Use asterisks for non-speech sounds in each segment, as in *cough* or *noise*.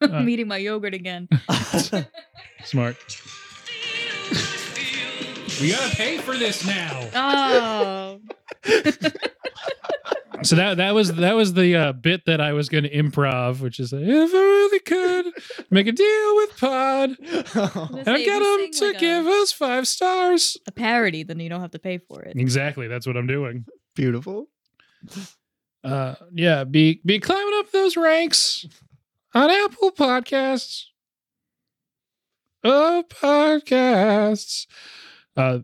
Uh. I'm eating my yogurt *laughs* again. Smart. We gotta pay for this now. Um, Oh, So that that was that was the uh, bit that I was going to improv, which is if I really could make a deal with Pod Let's and say get we them to sing like a- give us five stars. a parody, then you don't have to pay for *laughs* it. *laughs* Exactly, that's what I'm doing. *laughs* Beautiful. uh yeah be be climbing up those ranks on apple podcasts oh podcasts uh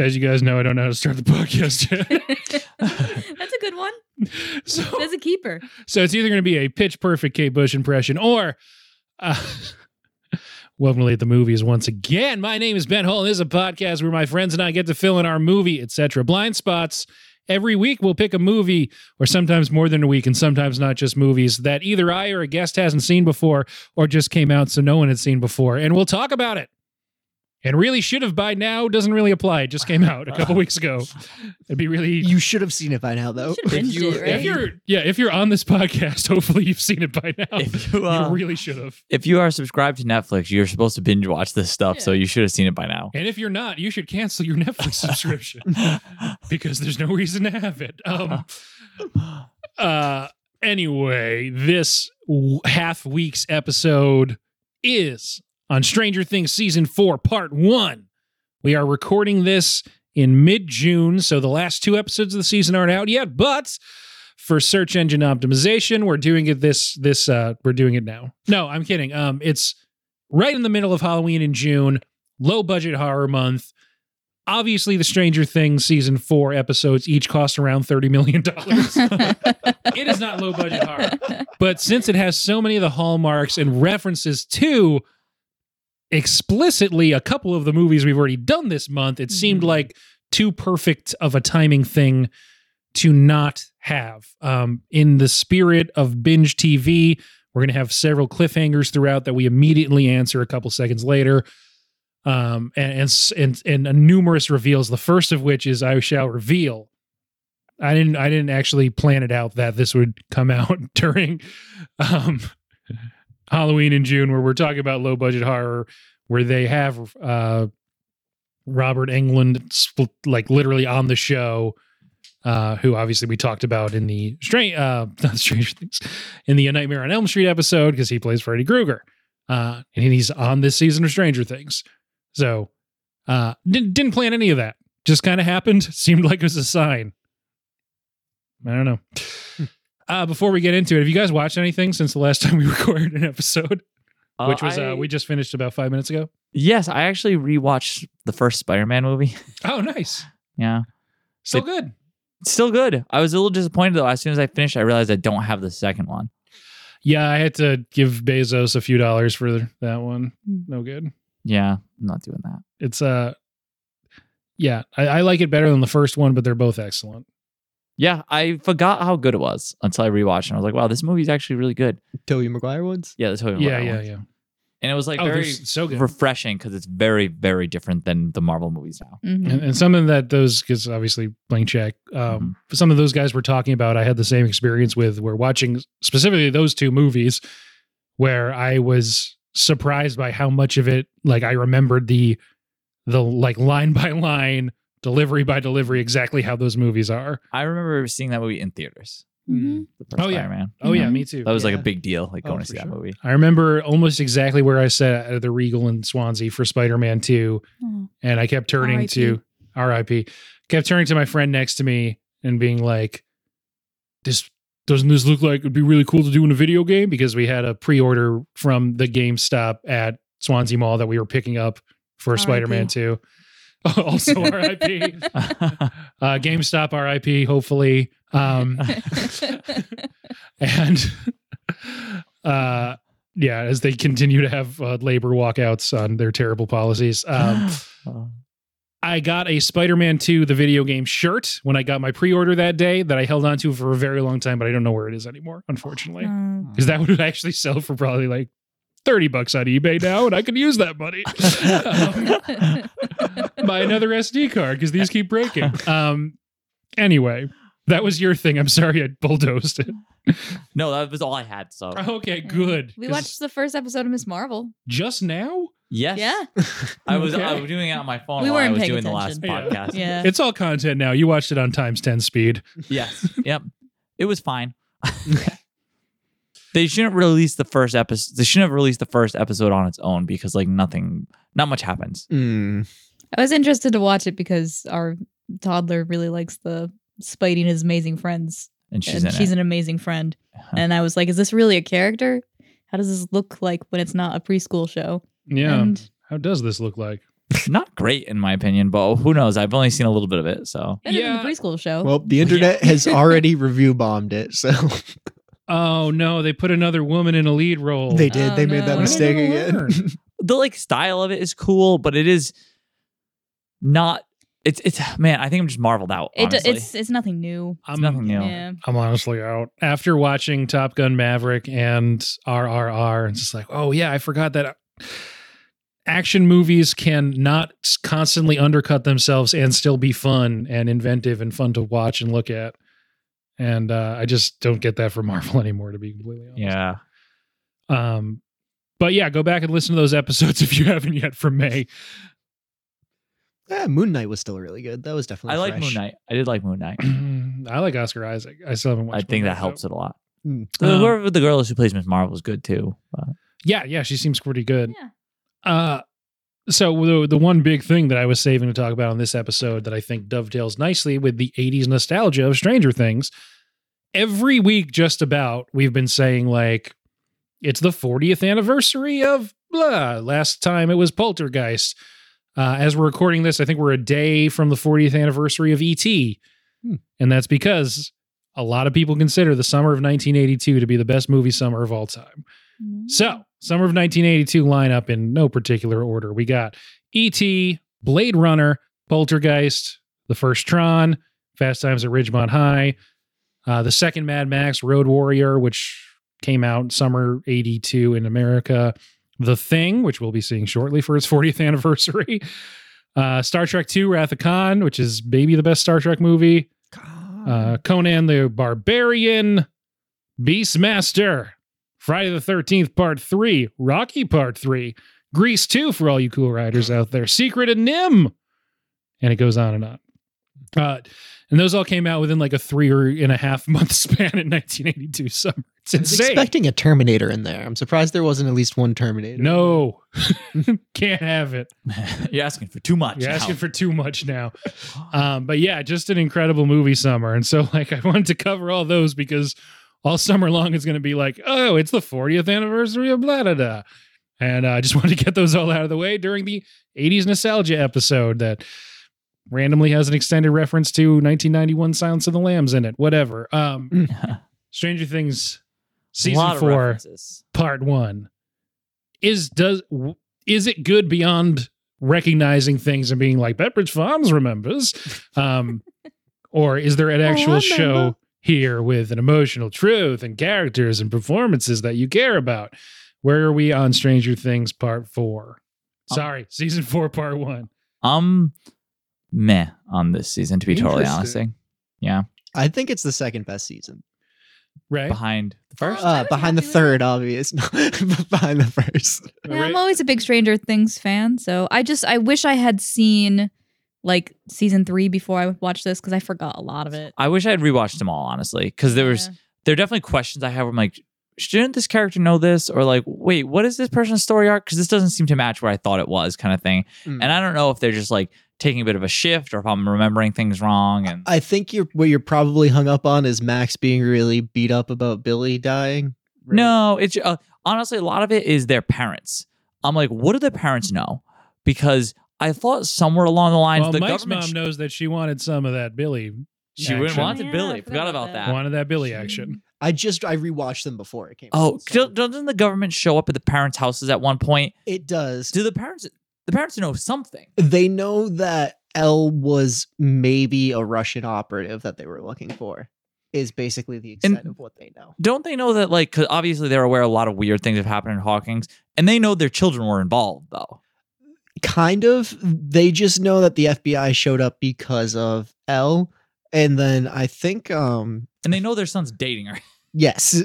as you guys know i don't know how to start the *laughs* podcast yet That's a good one. so There's a *laughs* keeper. *laughs* so it's either going to be a pitch perfect kate bush impression or uh *laughs* Welcome to Late the Movies once again. My name is Ben Hall, and this is a podcast where my friends and I get to fill in our movie, etc. blind spots. Every week we'll pick a movie, or sometimes more than a week, and sometimes not just movies that either I or a guest hasn't seen before, or just came out so no one had seen before, and we'll talk about it. And really should have by now doesn't really apply. It just came out a couple weeks ago. It'd be really You should have seen it by now, though. You should have binged it, right? if you're yeah, if you're on this *laughs* podcast, hopefully you've seen it by now. *laughs* If you, uh, you really should have. if you are subscribed to Netflix, you're supposed to binge watch this stuff, so Yeah. you should have seen it by now. And if you're not, you should cancel your *laughs* Netflix subscription Uh, because there's no reason to have it. Uh-huh. Um, uh, anyway, this w- half week's episode is on Stranger Things season four, part one. We are recording this in mid June, so the last two episodes of the season aren't out yet, but. For search engine optimization, we're doing it this this uh we're doing it now. No, I'm kidding. Um it's right in the middle of Halloween in June, low budget horror month. Obviously, the Stranger Things season four episodes each cost around $30 million. Mm-hmm. it is not low budget horror. But since it has so many of the hallmarks and references to explicitly a couple of the movies we've already done this month, it seemed Mhm. like too perfect of a timing thing to not have. Um, in the spirit of binge TV, we're going to have several cliffhangers throughout that we immediately answer a couple seconds later. Um, and, and, s- and, and a numerous reveals, the first of which is I shall reveal. I didn't, I didn't actually plan it out that this would come *laughs* out during, *laughs* um, Halloween in June, where we're talking about low budget horror, where they have, uh, Robert England, spl- like literally on the show, uh, who obviously we talked about in the Stra- uh, *laughs* not Stranger Things, in the A Nightmare on Elm Street episode because he plays Freddy Krueger, uh, and he's on this season of Stranger Things. So uh, didn't didn't plan any of that. Just kind of happened. *laughs* Seemed like it was a sign. I don't know. Uh, before we get into it, have you guys watched anything since the last *laughs* time we recorded an episode, which was uh, I- we just finished about five minutes ago? Yes, I actually rewatched the first Spider-Man movie. *laughs* Oh, nice. yeah, So It- good. it's still good. I was a little disappointed though. As soon as I finished, I realized I don't have the second one. Yeah, I had to give Bezos a few dollars for that one. No good. Yeah, I'm not doing that. It's uh yeah, I, I like it better than the first one, but they're both excellent. Yeah, I forgot how good it was until I rewatched, it. and I was like, "Wow, this movie's actually really good." Toby Maguire ones? Yeah, the Tobey yeah, Maguire yeah, one. yeah. And it was like oh, they're very s- so good. refreshing because it's very, very different than the Marvel movies now. and, and something that those because obviously blank check um some of those guys were talking about i had the same experience with where watching specifically those two movies where i was surprised by how much of it like i remembered the the like line by line delivery by delivery exactly how those movies are I remember seeing that movie in theaters. The first Oh, yeah. Spider-Man. oh yeah Mhm. me too That was like Yeah. a big deal, like Oh, going to for see that sure. movie. i remember almost exactly where i sat at the regal in swansea for spider-man 2 Oh. and I kept turning RIP. to RIP. Kept turning to my friend next to me and being like, "This doesn't this look like it'd be really cool to do in a video game?" Because we had a pre-order from the GameStop at Swansea Mall that we were picking up for RIP. Spider-Man Two. *laughs* *laughs* also RIP. *laughs* Uh, GameStop RIP. Hopefully. *laughs* Um, and uh yeah as they continue to have uh, labor walkouts on their terrible policies *laughs* um Oh. i got a spider-man 2 the video game shirt when i got my pre-order that day that i held on to for a very long time but i don't know where it is anymore unfortunately *laughs* Um, because that would actually sell for probably like 30 bucks on ebay now and i could use *laughs* that money um, buy another sd card because these keep breaking um anyway That was your thing. I'm sorry I bulldozed it. No, that was all I had. So *laughs* Uh-huh. Okay, good. We 'Cause watched the first episode of Miss Marvel. just now. yes, Yeah. I was I Okay. was doing *laughs* it on my phone We while I weren't was paying doing the attention. last podcast. Yeah. It's all content now. You watched it on times ten speed. *laughs* Yes. yep. It *laughs* was fine. *laughs* they shouldn't release the first episode. They shouldn't have released the first episode on its own because like nothing, not much happens. Mm. I was interested to watch it because our toddler really likes the Spidey and his amazing friends. And she's and in she's it. Uh-huh. an amazing friend. Huh. And I was like, is this really a character? How does this look like when it's not a preschool show? Yeah. And How does this look like? *laughs* not great in my opinion, but who knows? I've only seen a little bit of it, so better Yeah. than the preschool show. Well, the internet has already review bombed it, so Oh no, they put another woman in a lead role. *laughs* they did. Oh, they made no. that When are they mistake gonna *laughs* again. learn? the like style of it is cool, but it is not. It's it's man. I think I'm just marveled out. it, honestly. it's it's nothing new. It's nothing new. Yeah. I'm honestly out after watching Top Gun Maverick and RRR. It's just like, oh yeah, I forgot that action movies can not constantly undercut themselves and still be fun and inventive and fun to watch and look at. And uh, I just don't get that from *laughs* Marvel anymore, to be completely honest. Yeah. Um, but yeah, go back and listen to those episodes *laughs* if you haven't yet from May. *laughs* *clears throat* Yeah, Moon Knight was still really good. That was definitely. I like Moon Knight. I did like Moon Knight. I like Oscar Isaac. I still haven't watched. I Moon think that Knight, helps though. it a lot. Mm. The- *laughs* Um, whoever the girl is who plays Miss Marvel is good too. *laughs* but- Yeah, yeah, she seems pretty good. Yeah. Uh, so the the one big thing that I was saving to talk about on this episode that I think dovetails nicely with the '80s nostalgia of Stranger Things. Every week, just about, we've been saying like, it's the 40th anniversary of blah. Last time it was Poltergeist. Uh, as we're recording this, I think we're a day from the 40th anniversary of ET, Hmm. and that's because a lot of people consider the summer of 1982 to be the best movie summer of all time. Mm-hmm. So, summer of 1982 lineup in no particular order. We got E.T., Blade Runner, Poltergeist, The First Tron, Fast Times at Ridgemont High, uh, the second Mad Max, Road Warrior, which came out summer 82 in America, The Thing, which we'll be seeing shortly for its 40th *laughs* anniversary, uh, Star Trek II, Wrath of Khan, which is maybe the best Star Trek movie, uh, Conan the Barbarian, Beastmaster, Friday the 13th, Part 3, Rocky Part 3, Grease 2 for all you cool riders out there, Secret of Nim. And it goes on and on. Uh, and those all came out within like a three or and a half month span in *laughs* 1982 summer. It's I was insane. expecting a Terminator in there. I'm surprised there wasn't at least one Terminator. no, *laughs* can't have it. You're asking for too much. You're now. asking for too much now. Um, but yeah, just an incredible movie summer. And so *laughs* like I wanted to cover all those because all summer long it's gonna be like, oh, it's the 40th anniversary of blah da da. And uh, I just *laughs* wanted to get those all out of the way during the 80s nostalgia episode that randomly has an extended reference to 1991 Silence of the Lambs in it. Whatever. Um, *laughs* Stranger Things a season lot four Of references. part one is does w- is it good beyond recognizing things and being like Bedbridge Farms *laughs* remembers, um, or is there an Oh, actual remember. show here with an emotional truth and characters and performances that you care about? Where are we on Stranger Things part four? Um, Sorry, season four, part one. I'm Um, meh on this season, to be totally honest. Interesting. Yeah, I think it's the second best season. Right? behind the first. I Uh, was behind the happy with third, obvious. *laughs* behind the first. Yeah, Right? I'm always a big Stranger Things fan, so I just I wish I had seen like season three before I watched this because I forgot a lot of it. I wish I had rewatched them all honestly, because there was Yeah. there are definitely questions I have. Where I'm like, shouldn't this character know this? Or like, wait, what is this person's story arc? Because this doesn't seem to match what I thought it was, kind of thing. Hmm. Mm. And I don't know if they're just like taking a bit of a shift, or if I'm remembering things wrong. And I think you're what you're probably hung up on is Max being really beat up about Billy dying. right? No, it's uh, honestly a lot of it is their parents. I'm like, what do the parents know? Because I thought somewhere along the lines Well, the Mike's government mom knows that she wanted some of that Billy. she wouldn't action. want Yeah, to I Billy. Forgot about that. wanted that Billy action. I just I rewatched them before it came. Oh, out, so do- doesn't the government show up at the parents' houses at one point? it does. Do the parents the parents know something? They know that L was maybe a Russian operative that they were looking for. Is basically the And- extent of what they know. Don't they know that like because obviously they're aware a lot of weird things have happened in Hawkins, and they know their children were involved though. Kind of. They just know that the FBI showed up because of L, And then I think um and they know their son's dating her. yes.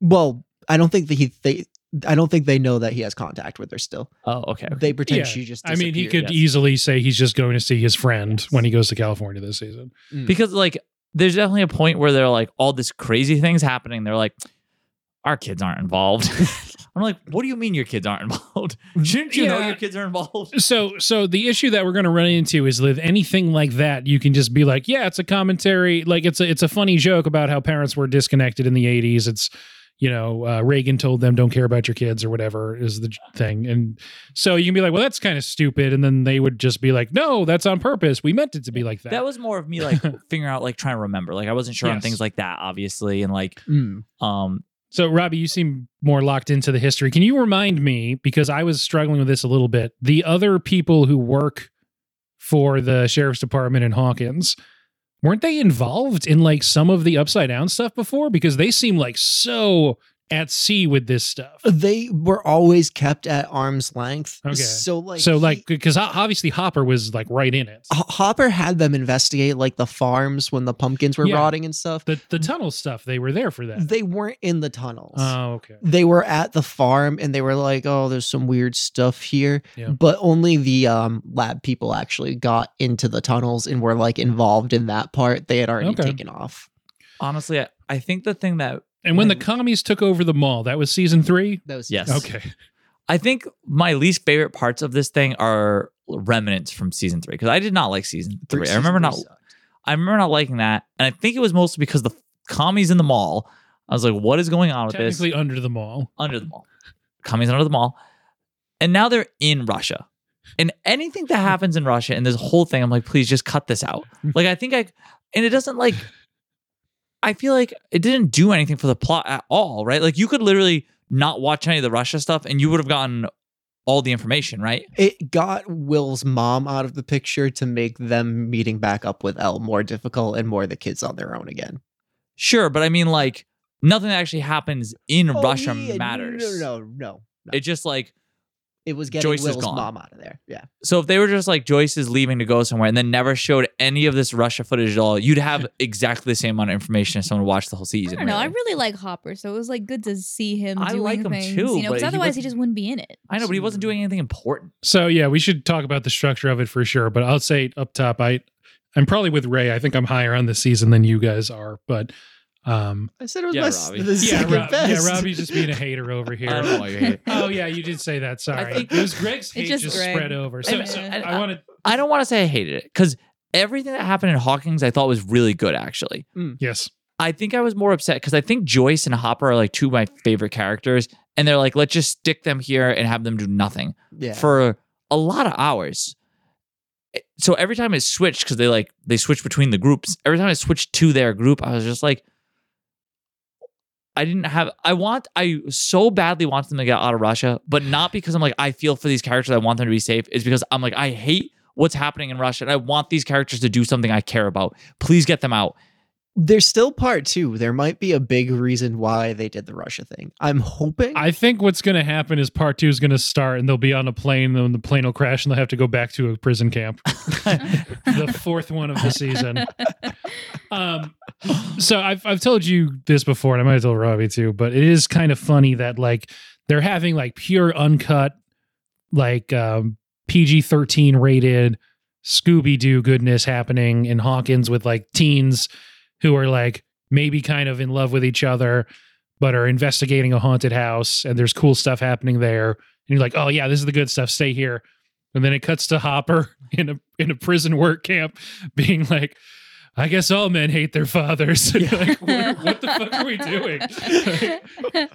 Well, I don't think that he they I don't think they know that he has contact with her still. Oh, okay. They pretend Yeah. she just I mean, he disappeared. could yes. easily say he's just going to see his friend Yes. when he goes to California this season. Because like there's definitely a point where they're like all this crazy things happening. They're like, our kids aren't involved. *laughs* I'm like, what do you mean your kids aren't involved? *laughs* Shouldn't you know Yeah. your kids are involved? So, so the issue that we're going to run into is with anything like that, you can just be like, yeah, it's a commentary, like it's a it's a funny joke about how parents were disconnected in the '80s. It's you know uh, Reagan told them don't care about your kids or whatever is the j- thing, and so you can be like, well, that's kind of stupid, and then they would just be like, no, that's on purpose. We meant it to be like *laughs* that. That was more of *laughs* me like figuring out like trying to remember. Like I wasn't sure on Yes. things like that, obviously, and like Mm. um so, Robbie, you seem more locked into the history. Can you remind me because I was struggling with this a little bit? The other people who work for the sheriff's department in Hawkins weren't they involved in like some of the upside down stuff before? Because they seem like so at sea with this stuff. they were always kept at arm's length. Okay. So like so, he- like, because obviously Hopper was like right in *sighs* it. H- Hopper had them investigate like the farms when the pumpkins were Yeah. rotting and stuff. The the tunnel stuff, they were there for that. They weren't in the tunnels. Oh, okay. they were at the farm and they were like, "Oh, there's some weird stuff here," Yeah. but only the um, lab people actually got into the tunnels and were like involved in that part. They had already Okay. taken off. honestly, I, I think the thing that And when the commies took over the mall, that was season three. That was Yes. Okay. I think my least favorite parts of this thing are remnants from season three because I did not like season three. I remember not. I remember not liking that, and I think it was mostly because the commies in the mall. I was like, "What is going on with this?" Technically under the mall. Under the mall, commies under the mall, and now they're in Russia. And anything that happens in Russia and this whole thing, I'm like, please just cut this *laughs* out. Like, I think I, and it doesn't like. I feel like it didn't do anything for the plot at all, right? Like you could literally not watch any of the Russia stuff, and you would have gotten all the information, right? It got Will's mom out of the picture to make them meeting back up with Elle more difficult and more the kids on their own again. Sure, but I mean, like nothing that actually happens in Oh, Russia yeah, no, matters. No, no, no. no. It's just like It was getting Joyce is Will's gone. mom out of there. Yeah. so if they were just like Joyce is leaving to go somewhere and then never showed any of this Russia footage at all, you'd *laughs* have exactly the same amount of information if someone watched the whole I season. don't know. I really. really like Hopper, so it was like good to see him. I doing like him things, too, you know, but because he otherwise he, wasn't- just wouldn't be in it. I know, but he wasn't doing anything important. So yeah, we should talk about the structure of it for sure. But I'll say up top, I I'm probably with Ray. I think I'm higher on this season than you guys are. But um, I said it was Yeah, my s- Robbie. the yeah, second Rob, yeah, best. Robbie's just being a hater *laughs* over I don't know here. why you hate it. oh yeah, you did say that. Sorry, think- it was Greg's hate It's just, just Greg. spread over. So, And- so and- I want to. I don't want to say I hated it because everything that happened in Hawkins I thought was really good actually. Yes, I think I was more upset because I think Joyce and Hopper are like two of my favorite characters, and they're like, let's just stick them here and have them do nothing *laughs* yeah. for a lot of hours. It- So every time it switched, because they like they switched between the groups. Every time I switched to their group, I was just like, I didn't have. I want. I so badly want them to get out of Russia, but *sighs* not because I'm like I feel for these characters. I want them to be safe. It's because I'm like I hate what's happening in Russia, and I want these characters to do something I care about. Please get them out. There's still part two. There might be a big reason why they did the Russia thing. I'm hoping. I think what's going to happen is part two is going to start, and they'll be on a plane, and the plane will crash, and they'll have to go back to a prison camp. the fourth one of the season. Um, so I've I've told you this before, and I might have told Robbie too, but it is kind of funny that like they're having like pure uncut, like um, PG thirteen rated Scooby Doo goodness happening in Hawkins with like teens who are like maybe kind of in love with each other, but are investigating a haunted house, and there's cool stuff happening there, and you're like, oh yeah, this is the good stuff. Stay here. And then it cuts to Hopper *laughs* in a in a prison work camp, *laughs* being like, "I guess all men hate their fathers." *laughs* And you're like, *laughs* what, what the fuck *laughs* are we doing? Like,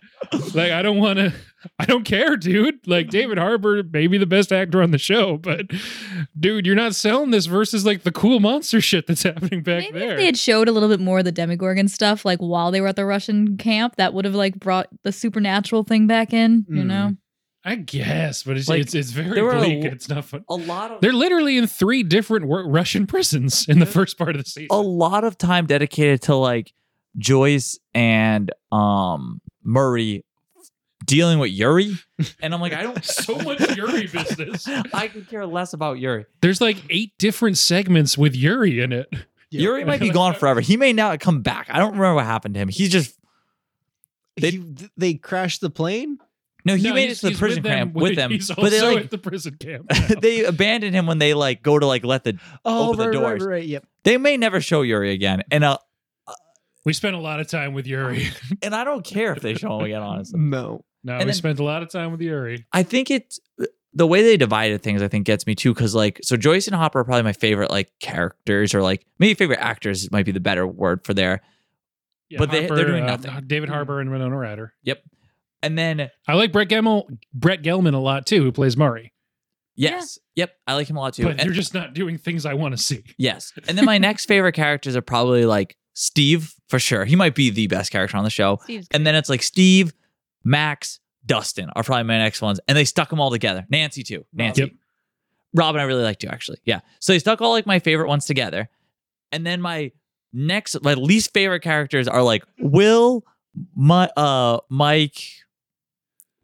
like, I don't want to. I don't care, dude. *laughs* Like David Harbour, maybe the best actor on the show, but dude, you're not selling this versus like the cool monster shit that's happening back Maybe there. if they had showed a little bit more of the Demogorgon stuff, like while they were at the Russian camp, that would have like brought the supernatural thing back in. You Mm. know, I guess, but it's Like, it's, it's very there were a bleak. lo- and it's not fun. *laughs* A lot of They're literally in three different wor- Russian prisons in the first part of the season. a lot of time dedicated to like Joyce and um Murray dealing with Yuri. And I'm like, *laughs* I don't *laughs* so much Yuri business. I could care less about Yuri. There's like eight different segments with Yuri in it. Yeah. Yuri might be gone forever. He may not come back. I don't remember what happened to him. He's just They- He- th- they crashed the plane. no. He No, made it he's- to the he's prison camp with them, He's also but they *laughs* like at the prison *laughs* camp. they abandoned him when they like go to like let the. Oh, Open the right, right, doors. right, right, Yep. They may never show Yuri again, and uh, we spent a lot of time with *laughs* Yuri. and I don't care if they show him again. Honestly, No. No, And we then- spent a lot of time with Yuri. I think it's uh, the way they divided things. I think gets me too because like so Joyce and Hopper are probably my favorite like characters or like maybe favorite actors might be the better word for there. Yeah, uh, But they- they're doing nothing. David Harbour and Winona Ryder. And then I like Brett Gemmel, Brett Gelman a lot too, who plays Murray. yes, yep, I like him a lot too. but And- they're just not doing things I want to see. *laughs* Yes. And then my next favorite characters are probably like Steve for sure. He might be the best character on the show. Steve's And then it's like Steve, Max, Dustin are probably my next ones. And they stuck them all together. Nancy too. Nancy. Yep. Robin, I really liked too, actually. Yeah. So they stuck all like my favorite ones together. And then my next, my least favorite characters are like Will, my, uh, Mike,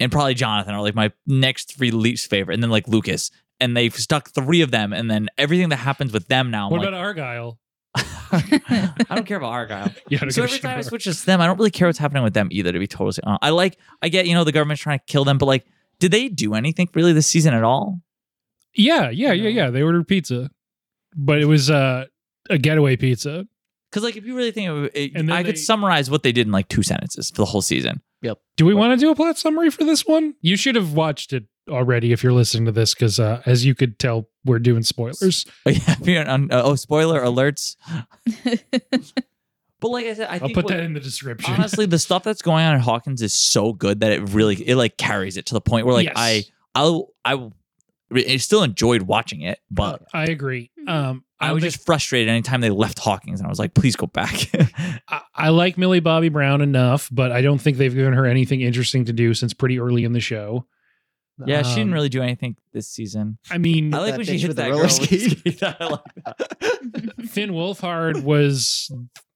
and probably Jonathan are like my next three least favorite. And then like Lucas. And they've stuck three of them. And then everything that happens with them now. I'm what like, about Argyle? *laughs* *laughs* I don't care about Argyle. Yeah, *laughs* I don't give So a every shit time I about- switch to them, I don't really care what's happening with them either. To be totally honest, I like. I get you know the government's trying to kill them, but like, did they do anything really this season at all? yeah, yeah, yeah, No. yeah. They ordered pizza, but it was uh, a getaway pizza. Because like, if you really think, of it, And then I could they- summarize what they did in like two sentences for the whole season. *laughs* Do we want to do a plot summary for this one? You should have watched it already if you're listening to this, because uh, as you could tell, we're doing spoilers. Oh, yeah, if you're on, uh, oh, spoiler alerts. *laughs* But like I said, I I'll think put what- that in the description. honestly, the stuff that's going on in Hawkins is so good that it really it like carries it to the point where like Yes. I I I, I still enjoyed watching it, Uh, but I agree. Mhm. Um, Hmm. I was like- just frustrated anytime they left Hawkins, and I was like, please go back. *laughs* I, I like Millie Bobby Brown enough, but I don't think they've given her anything interesting to do since pretty early in the show. yeah, she Um, didn't really do anything this season. I mean, I like that when she bitch hit with the that roller girl with the skate. skate. I like that. Finn Wolfhard was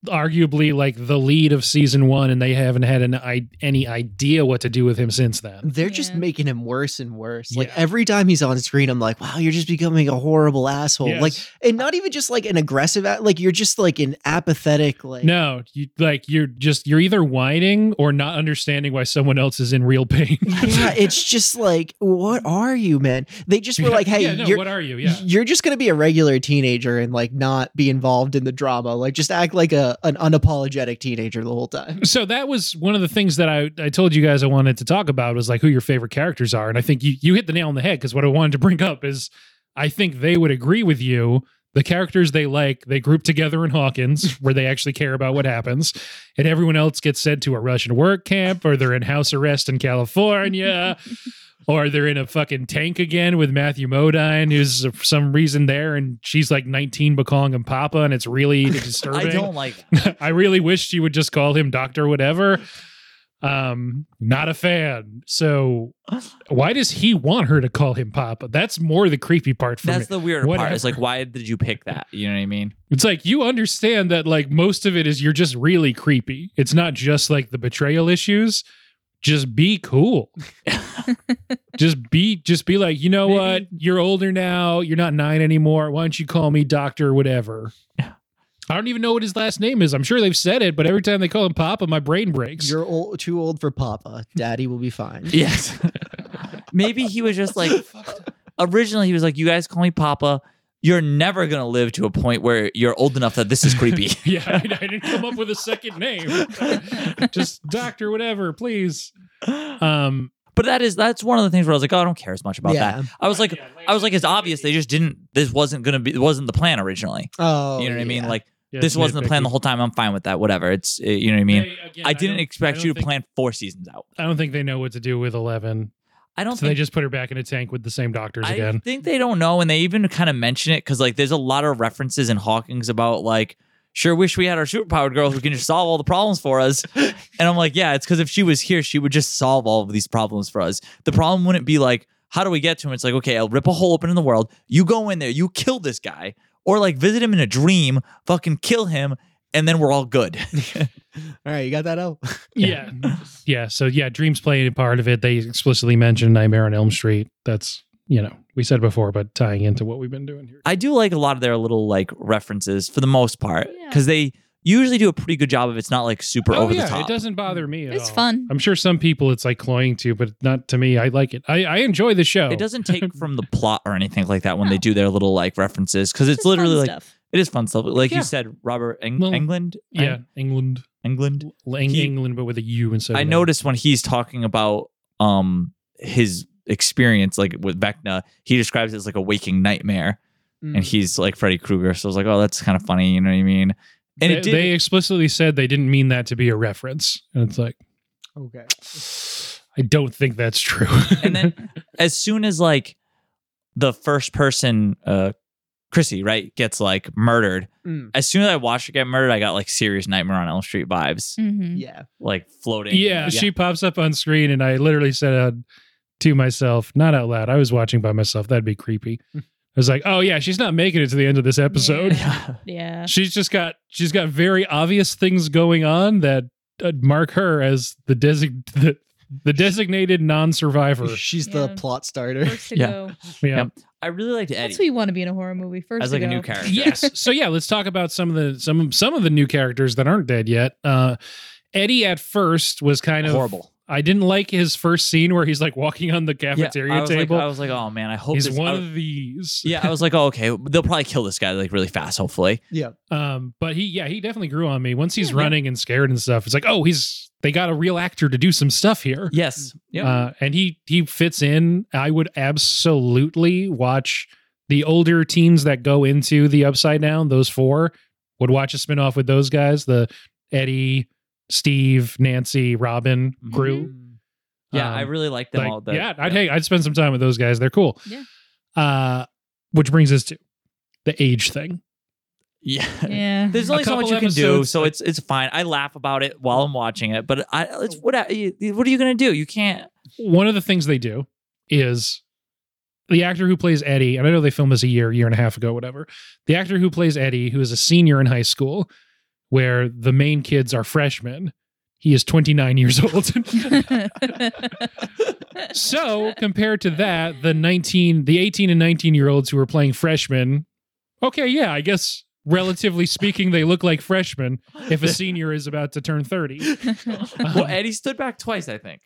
arguably like the lead of season one, and they haven't had an, I, any idea what to do with him since then. They're just Yeah. making him worse and worse. Like Yeah. every time he's on screen, I'm like, wow, you're just becoming a horrible asshole. Like, Yes. and not even just like an aggressive, a- like you're just like an apathetic, like no, you like you're just you're either whining or not understanding why someone else is in real pain. *laughs* yeah, it's just like, what are you, man? They just *laughs* were like, hey, yeah, no, you're what are you? Yeah, you're just gonna be a regular teenager and like not be involved in the drama. Like just act like a an unapologetic teenager the whole *laughs* time. so that was one of the things that I, I told you guys I wanted to talk about was like who your favorite characters are. And I think you, you hit the nail on the head because what I wanted to bring up is I think they would agree with you. The characters they like, they group together in *laughs* Hawkins where they actually care about what happens. And everyone else gets sent to a Russian work camp or they're in house arrest in *laughs* California. Or they're in a fucking tank again with Matthew Modine, who's for some reason there, and she's like 19 becalling him Papa, and it's really disturbing. *laughs* I *laughs* don't like. that. I really wish she would just call him Doctor Whatever. Um, not a fan. So why does he want her to call him Papa? That's more the creepy part for That's me. the weirder part. It's Whatever. like, why did you pick that? You know what I mean? it's like you understand that like most of it is you're just really creepy. It's not just like the betrayal issues. Just be *laughs* cool. just be just be like, you know Maybe- what? You're older now. You're not nine anymore. Why don't you call me Doctor Whatever? I don't even know what his last name is. I'm sure they've said it, but every time they call him Papa, my brain breaks. You're old, too old for Papa. Daddy will be fine. Yes. *laughs* Maybe he was just like. Originally, he was like, "You guys call me Papa. You're never gonna live to a point where you're old enough that this *laughs* is creepy." *laughs* *laughs* Yeah, I, I didn't come up with a second *laughs* name. Just doctor, whatever, please. Um, But that is that's one of the things where I was like, "Oh, I don't care as much about that." yeah. I was like, I was like, it's obvious they just didn't. This wasn't gonna be. It wasn't the plan originally. Oh, you know what I mean? yeah. Like yeah, this it's wasn't the plan the nitpicky. whole time. I'm fine with that. Whatever. It's uh, you know what I mean. They- again, I didn't don't- expect I you don't to think- plan four seasons out. I don't think they know what to do with Eleven, I don't so they think. just put her back in a tank with the same doctors I again. think they don't know, and they even kind of mention it because like there's a lot of references in Hawkins about like. Sure, wish we had our superpowered girl who can just solve all the problems for us. And I'm like, yeah, it's because if she was here, she would just solve all of these problems for us. The problem wouldn't be like, how do we get to him? It's like, okay, I'll rip a hole open in the world. You go in there, you kill this guy, or like visit him in a dream, fucking kill him, and then we're all good. *laughs* all right, you got that out. Yeah, yeah. So yeah, dreams play a part of it. They explicitly mentioned Nightmare on Elm Street. That's you know, we said before, but tying into what we've been doing here. I do like a lot of their little like references for the most part Yeah. because they usually do a pretty good job of it's not like super oh over yeah, the top. it doesn't bother me. At It's all. fun. I'm sure some people it's like cloying to, but not to me. I like it. I, I enjoy the show. It doesn't take *laughs* from the plot or anything like that when they No. do their little like references because it's, Just fun literally like stuff. it is fun stuff. Like Yeah. you said, Robert Eng- Well, England, Yeah, England, England. Eng- He- England, but with a U instead. I of an A. noticed when he's talking about um his experience like with Vecna, he describes it as like a waking nightmare, *laughs* Hmm. Mm, and he's like Freddy Krueger. So I was like, oh, that's kind of funny. You know what I mean? And they, it did. they explicitly said they didn't mean that to be a reference, and it's like, okay. I don't think that's true. *laughs* and then as soon as like the first person, uh, Chrissy, right, gets like murdered. Mm, As soon as I watched her get murdered, I got like serious Nightmare on Elm Street vibes, Mhm. Yeah. like floating. yeah, she pops up on screen, and I literally said out to myself, not out loud. I was watching by myself. That'd be creepy. Hmm. I was like, oh yeah, she's not making it to the end of this episode. *laughs* Yeah. Yeah. *laughs* She's just got she's got very obvious things going on that uh, mark her as the desig the, the designated non-survivor. *laughs* *laughs* She's Yeah. the plot starter. First to Yeah. go. Yeah. Yep. I really liked Eddie That's what you want to be in a horror movie. First as to like a go. new character. *laughs* yes. So yeah, let's talk about some of the some some of the new characters that aren't dead yet. Uh Eddie at first was kind of horrible. I didn't like his first scene where he's like walking on the cafeteria I was table. Like, I was like, oh man, I hope he's this- one I- of these. *laughs* yeah, I was like, oh okay, they'll probably kill this guy like really fast, hopefully. *laughs* yeah. Um, but he yeah, he definitely grew on me. Once he's Yeah. running and scared and stuff, it's like, oh, he's they got a real actor to do some stuff here. Yes. Yeah. Uh, and he he fits in. I would absolutely watch the older teens that go into the Upside Down. Those four would watch a spinoff with those guys. The Eddie, Steve, Nancy, Robin crew. Mm. yeah, um, I really liked Mm-hmm. them Like, all. The, yeah, I'd hey, I'd spend some time with those guys. They're cool. Yeah. Uh, which brings us to the age thing. yeah. Yeah. *laughs* *laughs* There's A only so much couple you can do, episodes, so like- it's it's fine. I laugh about it while I'm watching it, but I it's what I, what are you gonna do? You can't. One of the things they do is the actor who plays Eddie, and I know they filmed this a year, year and a half ago, whatever. The actor who plays Eddie, who is a senior in high school, where the main kids are freshmen, he is 29 years old. *laughs* so compared to that, the 19, the 18 and 19 year olds who are playing freshmen, okay, yeah, I guess relatively speaking, they look like freshmen if a senior is about to turn 30. *laughs* well, Eddie stood back twice, I *laughs* think.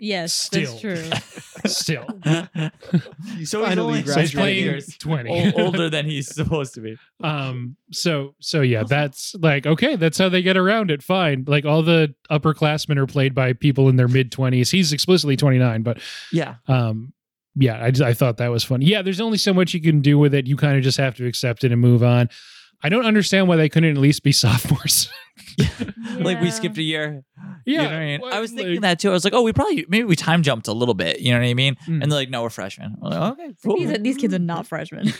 yes, Still. that's true. Still. He's So he's finally only- So he's Graduated playing years. 20. Ol- older than he's supposed to be. um so so yeah that's like okay that's how they get around it fine like all the upperclassmen are played by people in their mid 20s he's explicitly 29 but Yeah. um yeah I, just- I thought that was funny yeah there's only so much you can do with it you kind of just have to accept it and move on i don't understand why they couldn't at least be *laughs* sophomores *laughs* Like Yeah. we skipped a year. You know what I mean? what- I was thinking like, that too. I was like, oh, we probably maybe we time jumped a little bit. You know what I mean? Mm. And they're like, no, we're freshmen. I'm like, okay, cool. These, are- these kids are not freshmen. *laughs*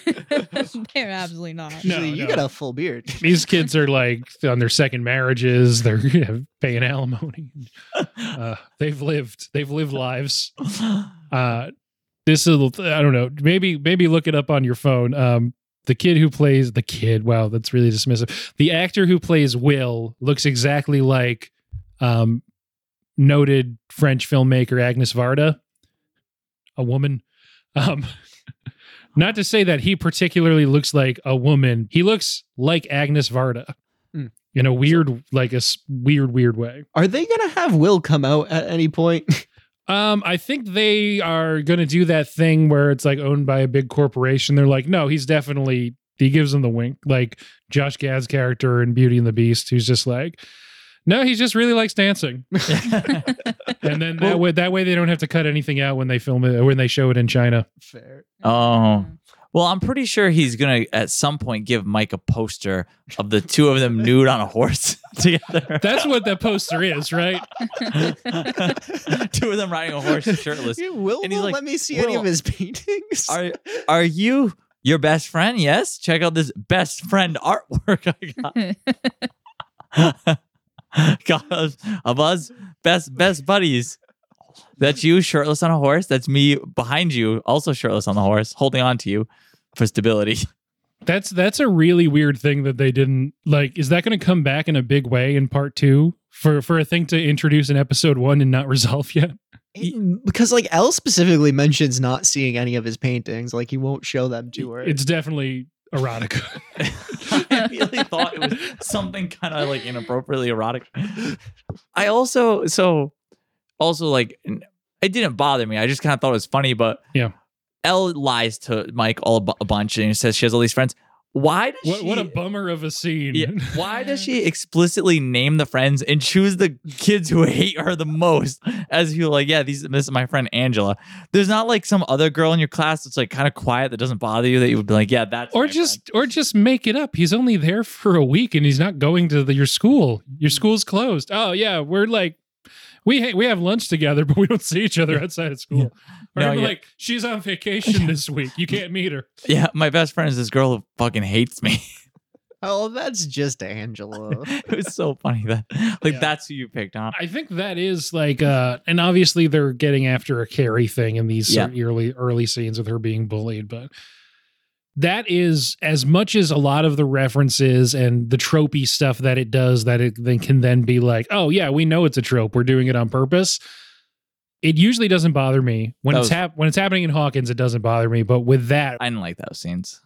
They're absolutely not. No, Actually, you no. got a full beard. *laughs* *laughs* these kids are like on their second marriages they're *laughs* paying *laughs* alimony uh, they've lived they've lived lives uh this is i don't know maybe maybe look it up on your phone um the kid who plays the kid wow that's really dismissive the actor who plays will looks exactly like um noted french filmmaker agnes varda a woman um *laughs* not to say that he particularly looks like a woman he looks like agnes varda Hmm. in a weird like a s- weird weird way Are they gonna have Will come out at any point? *laughs* um, I think they are going to do that thing where it's like owned by a big corporation. They're like, no, he's definitely he gives them the wink, like Josh Gad's character in Beauty and the Beast, who's just like, no, he just really likes dancing. And then that Well- way, that way they don't have to cut anything out when they film it when they show it in China. Fair. Oh. *laughs* well, I'm pretty sure he's gonna at some point give Mike a poster of the two of them nude on a horse *laughs* *laughs* together. That's what that poster is, right? two of them riding a horse shirtless. *laughs* Yeah, Will And he's won't like, let me see any "Will, of his paintings. *laughs* Are are you your best friend? Yes. Check out this best friend artwork I got. *laughs* God of- of us best best buddies. That's you shirtless on a horse. That's me behind you, also shirtless on the horse, holding on to you for stability. That's that's a really weird thing that they didn't like. Is that going to come back in a big way in part two for for a thing to introduce in episode one and not resolve yet? It- because like L specifically mentions not seeing any of his paintings. Like he won't show them to her. It's definitely erotica. I *laughs* really thought it was something kind of like inappropriately erotic. I also so also like n- it didn't bother me. I just kind of thought it was funny, but Yeah. Elle lies to Mike all bu- a bunch and says she has all these friends. Why does What, she, what a bummer of a scene. *laughs* yeah, why does she explicitly name the friends and choose the kids who hate her the most as people like, yeah, these this is my friend Angela. There's not like some other girl in your class that's like kind of quiet that doesn't bother you that you would be like, yeah, that's Or my just or just make it up. He's only there for a week and he's not going to the, your school. Your Mm-hmm. school's closed. Oh yeah, we're like we ha- we have lunch together, *laughs* but we don't see each other outside of school. Or No, I'm yeah. like she's on *laughs* vacation this week. You can't meet her. friend. yeah, my best friend is this girl who fucking hates me. *laughs* oh, that's just Angela. it was so funny that like Yeah. that's who you picked on. I think that is like uh and obviously they're getting after a Carrie thing in these Yeah. cer- early early scenes with her being bullied, but that is as much as a lot of the references and the tropey stuff that it does that it then can then be like, oh yeah, we know it's a trope. We're doing it on purpose. It usually doesn't bother me when That it's was- hap- when it's happening in Hawkins. It doesn't bother me, but with that, I didn't like those scenes.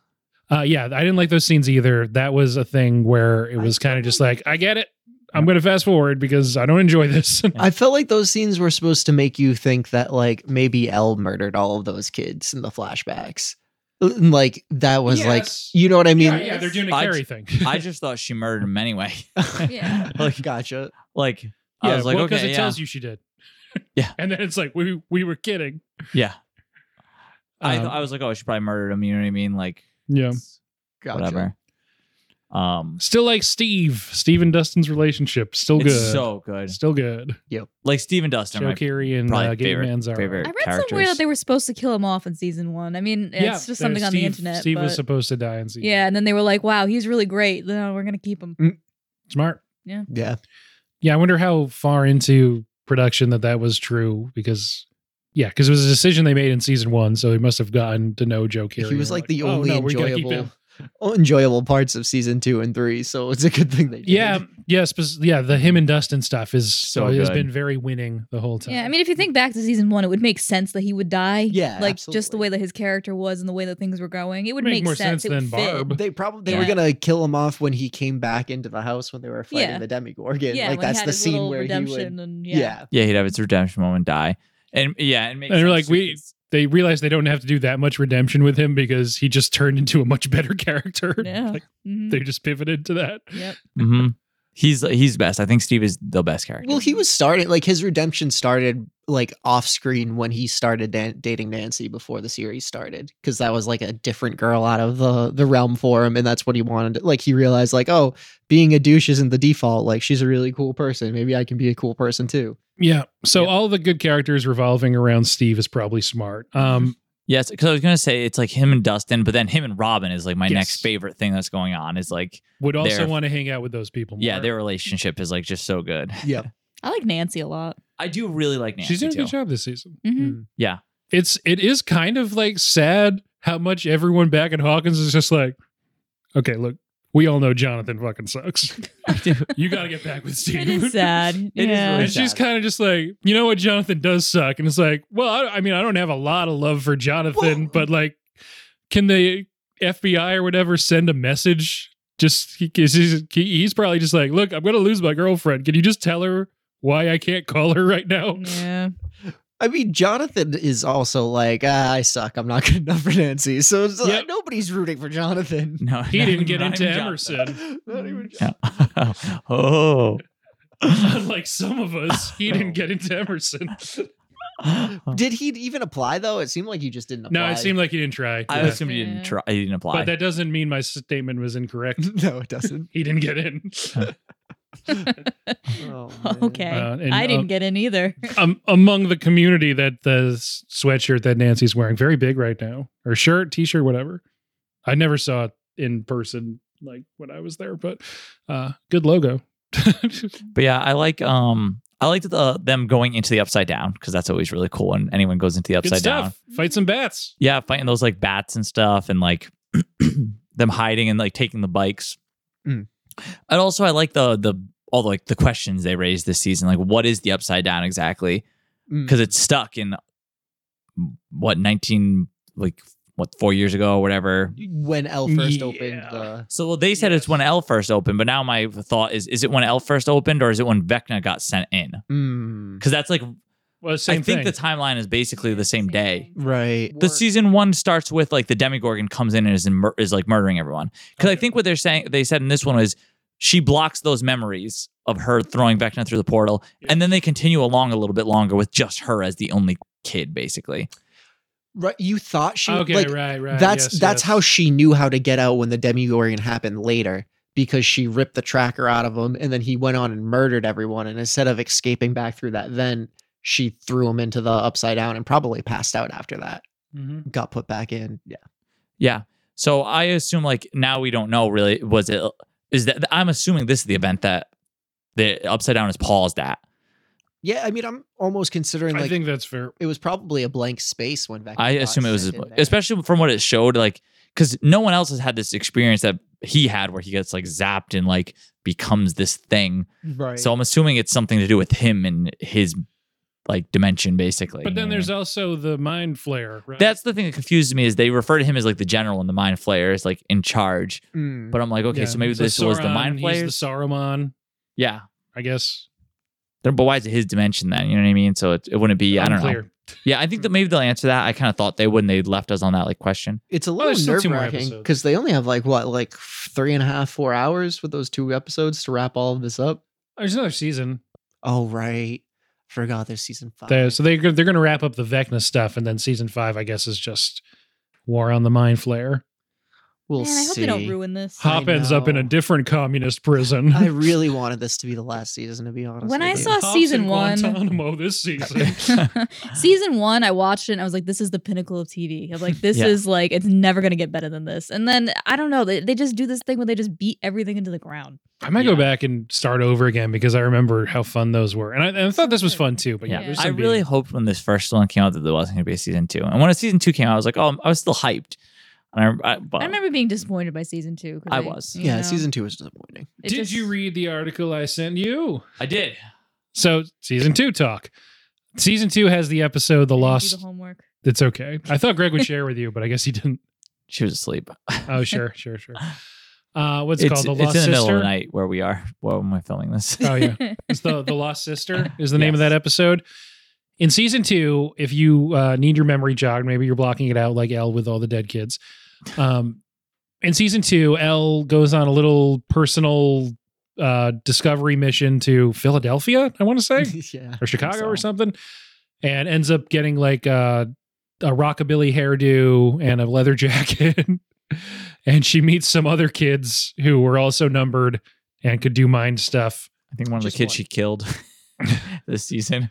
uh, yeah, I didn't like those scenes either. That was a thing where it was kind of just like, I get it. I'm going to fast forward because I don't enjoy this. *laughs* I felt like those scenes were supposed to make you think that like maybe L murdered all of those kids in the flashbacks. And, Like that was like Yes. you know what I mean? *laughs* yeah, yeah, they're doing a I- Carrie thing. *laughs* *laughs* I just thought she murdered him anyway. Yeah. *laughs* Like- gotcha. Like I was like, well, okay, it yeah, tells you she did. *laughs* Yeah. and then it's like we we were kidding. yeah. I, Um, I was like, oh, she probably murdered him. You know what I mean? Like, Yeah, Gotcha. whatever. Um, still like Steve, Steve and Dustin's relationship still it's good, so good. still good. Like Steve and Dustin, Joe my Carey and probably uh, Gabe favorite- Manzaro. favorite I read somewhere characters. that they were supposed to kill him off in season one. I mean, it's Yeah, uh, just something on the Steve- internet. Steve was but- supposed to die in season. yeah, and then they were like, "Wow, he's really great. No, we're gonna keep him." smart. Yeah. Yeah, I wonder how far into production that that was true because. Yeah, because it was a decision they made in season one, so he must have gotten to know Joe Carey. He was and like the "Oh, only no, we gotta keep him." enjoyable enjoyable parts of season two and three, so it's a good thing they did. Yeah, yeah, spec- yeah. The him and Dustin stuff is So so has good. been very winning the whole time. Yeah, I mean, if you think back to season one, it would make sense that he would die. Yeah, like just the absolutely. way that his character was and the way that things were going, it would Make make, more sense. sense It would than fit. Barb. They probably they Yeah. were gonna kill him off when he came back into the house when they were fighting Yeah. the Demigorgon. Yeah, like when he that's had the his scene little where he redemption would. and Yeah. yeah. yeah, he'd have his redemption moment, die, and yeah, and, And they're like, we- they realize they don't have to do that much redemption with him because he just turned into a much better *laughs* character. Yeah. Like, Mhm. they just pivoted to that. Yep. hmm He's he's best. I think Steve is the best character. Well, he was started like his redemption started like off screen when he started dan- dating Nancy before the series started because that was like a different girl out of the the realm for him, and that's what he wanted. Like he realized like oh, being a douche isn't the default. Like she's a really cool person. Maybe I can be a cool person too. Yeah. So Yep. all the good characters revolving around Steve is probably smart. Um, Yes, because I was gonna say it's like him and Dustin, but then him and Robin is like my Yes. next favorite thing that's going on. Is like, would also They're- want to hang out with those people. More. yeah, their relationship is like just so good. Yeah, I like Nancy a lot. I do really like Nancy she's doing a too. good job this season. *laughs* Mhm. Yeah, It's it is kind of like sad how much everyone back in Hawkins is just like, okay, look, we all know Jonathan fucking *laughs* sucks. you got to get back with *laughs* Steve. It is *laughs* sad. It is yeah. really And she's sad. kind of just like, you know what, Jonathan does suck, and it's like, well, I, I mean, I don't have a lot of love for Jonathan, Well- but like, can the FBI or whatever send a message? Just because he's, he- he's probably just like, look, I'm gonna lose my girlfriend. Can you just tell her why I can't call her right now? yeah. I mean, Jonathan is also like, ah, I suck. I'm not good *laughs* enough for Nancy. So it's like, Yep. nobody's rooting for Jonathan. *laughs* no, He not didn't *laughs* even- get not into even Jonathan. Emerson, Not even Mm, Jonathan. Yeah. *laughs* oh. *laughs* unlike some of us. He *laughs* didn't get into Emerson. Did he even apply though? It seemed like he just didn't apply. No, it seemed like he didn't try. I Yeah. assume he didn't try. He didn't apply. *laughs* but that doesn't mean my statement was incorrect. *laughs* *laughs* no, *laughs* it doesn't. He didn't get in. Oh, Okay. Uh, and, I didn't um, get in either. um, among the community that the s- sweatshirt that Nancy's wearing very big right now, or shirt, t-shirt, whatever. I never saw it in person like when I was there, but uh, good logo. *laughs* But yeah, I like um I liked the them going into the upside down because that's always really cool when anyone goes into the good upside down. stuff. Fight some bats. Yeah, fighting those like bats and stuff and like *clears throat* them hiding and like taking the bikes. Mm. And also I like the the all the, like the questions they raised this season. Like what is the upside down exactly? Mm. because it's stuck in what 19 like what four years ago or whatever when L first Yeah. opened the so well, they said it's when l first opened but now my thought is is it when l first opened or is it when vecna got sent in mm, because that's like Well, same i think thing. the timeline is basically the same day right. the season one starts with like the demigorgon comes in and is in mur- is like murdering everyone because I think what they're saying they said in this one was she blocks those memories of her throwing Vecna through the portal and then they continue along a little bit longer with just her as the only kid basically Right, you thought she okay, like right, right. that's yes, that's yes. how she knew how to get out when the Demigorgon happened later because she ripped the tracker out of him and then he went on and murdered everyone and instead of escaping back through that vent she threw him into the upside down and probably passed out after that Mhm. got put back in yeah yeah so I assume like now we don't know really was it is that I'm assuming this is the event that the upside down is paused at yeah I mean I'm almost considering I like think that's fair. it was probably a blank space when back I assume it was, especially from what it showed, like because no one else has had this experience that he had, where he gets like zapped and like becomes this thing. right So I'm assuming it's something to do with him and his like dimension, basically. But you then know what I there's mean? also the mind flare. Right? that's the thing that confused me is they refer to him as like the general and the mind flayer is like in charge. Mm. But I'm like, okay, Yeah, so maybe so this was the Sauron, mind flayer. He's the Saruman, yeah. I guess. Then- But why is it his dimension then? You know what I mean? So it, it wouldn't be. I don't know. Unclear. Yeah, I think that maybe they'll answer that. I kind of thought they would, and they left us on that like question. It's a Well, little there's still nerve two more wracking episodes. because they only have like what, like three and a half, four hours with those two episodes to wrap all of this up. There's another season. Oh right, forgot there's season five. They- so they they're going to wrap up the Vecna stuff, and then season five, I guess, is just war on the mind flare. we'll Man, I hope see. they don't ruin this. Huh. Hop ends up in a know. different communist prison. I *laughs* really wanted this to be the last season, to be honest. When with I you. saw- season in one. Guantanamo *laughs* this *laughs* season. *laughs* season one, I watched it and I was like, this is the pinnacle of TV. I'm *laughs* like, this Yeah. is like, it's never going to get better than this. And then I don't know, they, they just do this thing where they just beat everything into the ground. I might go Yeah. back and start over again because I remember how fun those were, and I, and I thought this was fun too. But yeah, Yeah. there's I some really beating. hoped when this first one came out that there wasn't going to be a season two. And when a season two came out, I was like, oh, I was still hyped. And I, I, but I remember being disappointed by season two. 'cause I was. you yeah, know, season two *laughs* was disappointing. it Did just- you read the article I sent you? I did. So season two talk. Season two has the episode I "The didn't do Lost." the homework. It's okay. I thought Greg would share with you, but I guess he didn't. She was asleep. *laughs* Oh, sure, sure, sure. Uh, what's It's, it called it's the in Lost the middle of Sister. the night where we are. Why am I filming this? *laughs* *laughs* oh yeah, it's the the Lost Sister is the name of Yes. that episode. In season two, if you uh, need your memory jogged, maybe you're blocking it out like Elle with all the dead kids. Um, in season two, Elle goes on a little personal uh, discovery mission to Philadelphia. I want to say *laughs* yeah, or Chicago so. or something, and ends up getting like a, a rockabilly hairdo and a leather jacket. *laughs* and she meets some other kids who were also numbered and could do mind stuff. I think one of the Just kids one. she killed *laughs* this season.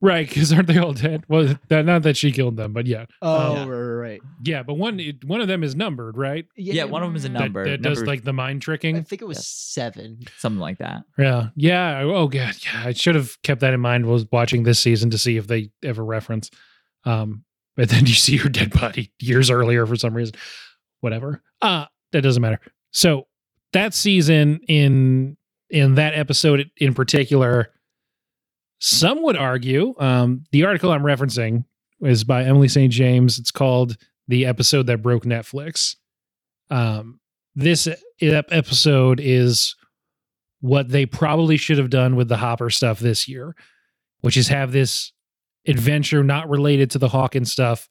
Right, because aren't they all dead? Well, that, not that she killed them, but yeah, oh Yeah. right, right, right. yeah. But one it- one of them is numbered, right? *laughs* Yeah, one of them is a That- That, number. that does number- like the mind I tricking. think it was Yes. seven. something like that. Yeah, yeah. Oh god, yeah. I should have kept that in mind. while watching this season to see if they ever reference. Um, *laughs* but then you see her dead body years earlier for some reason. Whatever. Uh, that doesn't matter. So that season in in that episode in particular, some would argue. Um, the article I'm referencing is by Emily St. James. It's called "The Episode That Broke Netflix." Um, this ep- episode is what they probably should have done with the Hopper stuff this year, which is have this adventure not related to the Hawkins stuff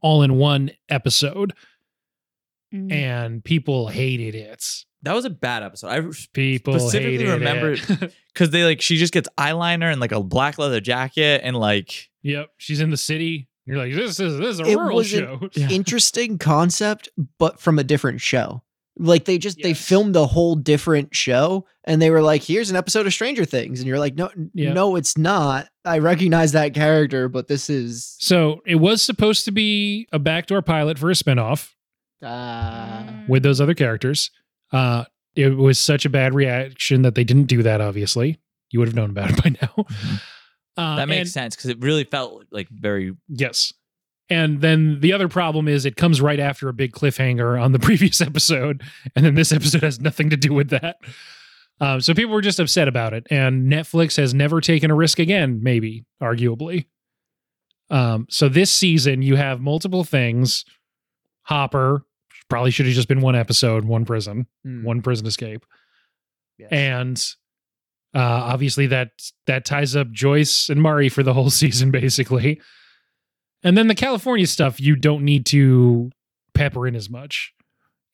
all in one episode. Mm-hmm. Mm. And people hated it. That was a bad episode. I People Specifically hated remember- it. *laughs* because they like she just gets eyeliner and like a black leather jacket and like yep, she's in the city. You're like, this is this is a It rural wasn't- show. Yeah. Interesting concept, but from a different show. Like they just they Yes. filmed a whole different show, and they were like, "Here's an episode of Stranger Things," and you're like, "No, n- Yeah. no, it's not. I recognize that character, but this is." So it was supposed to be a backdoor pilot for a spinoff. Uh, Mm. with those other characters. Uh, it was such a bad reaction that they didn't do that. Obviously, you would have known about it by now. Uh, Mm-hmm. that makes and- sense because it really felt like very Yes, and then the other problem is it comes right *laughs* after a big cliffhanger on the previous episode, and then this episode has nothing to do with that. Um, so people were just upset about it, and Netflix has never taken a risk again. Maybe, arguably. Um, so this season, you have multiple things. Hopper probably should have just been one episode, one prison, Mm. one prison escape, Yes. and uh, obviously that that ties up Joyce and Mari for the whole *laughs* season, basically. And then the California stuff, you don't need to pepper in as much.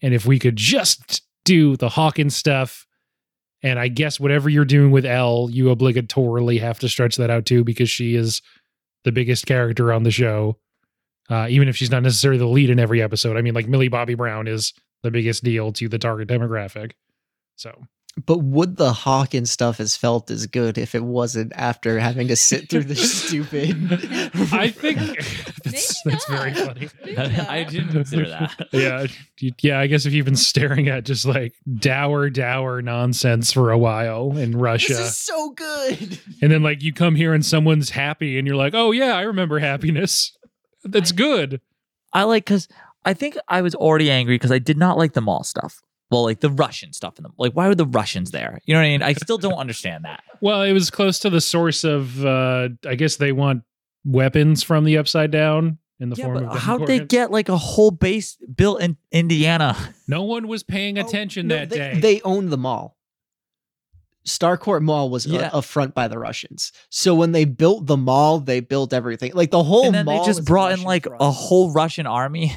And if we could just do the Hawkins stuff, and I guess whatever you're doing with Elle, you obligatorily have to stretch that out too, because she is the biggest character on the show. Uh, even if she's not necessarily the lead in every episode. I mean, like Millie Bobby Brown is the biggest deal to the target demographic. So But would the Hawkins stuff has felt as good if it wasn't after having to sit through *laughs* the stupid? *laughs* I *laughs* think *laughs* that's, Maybe that's very not. funny. *laughs* I didn't consider that. *laughs* yeah, you- yeah. I guess if you've been staring at just like dour, dour nonsense for a while in Russia, This is so good. and then like you come here and someone's happy, and you're like, "Oh yeah, I remember happiness. That's good." I like because I think I was already angry because I did not like the mall stuff. Well, like the Russian stuff in them. Like, why were the Russians there? You know what I mean? I still don't understand that. Well, it was close to the source of. uh I guess they want weapons from the Upside Down in the form of. how'd they demogorgons. get like a whole base built in Indiana? *laughs* No one was paying attention Oh, No, that they, day. They owned the mall. Starcourt Mall was Yeah. a, a front by the Russians. So when they built the mall, they built everything. Like the whole and then they mall. just is brought in Russian like a front. whole Russian army. *laughs*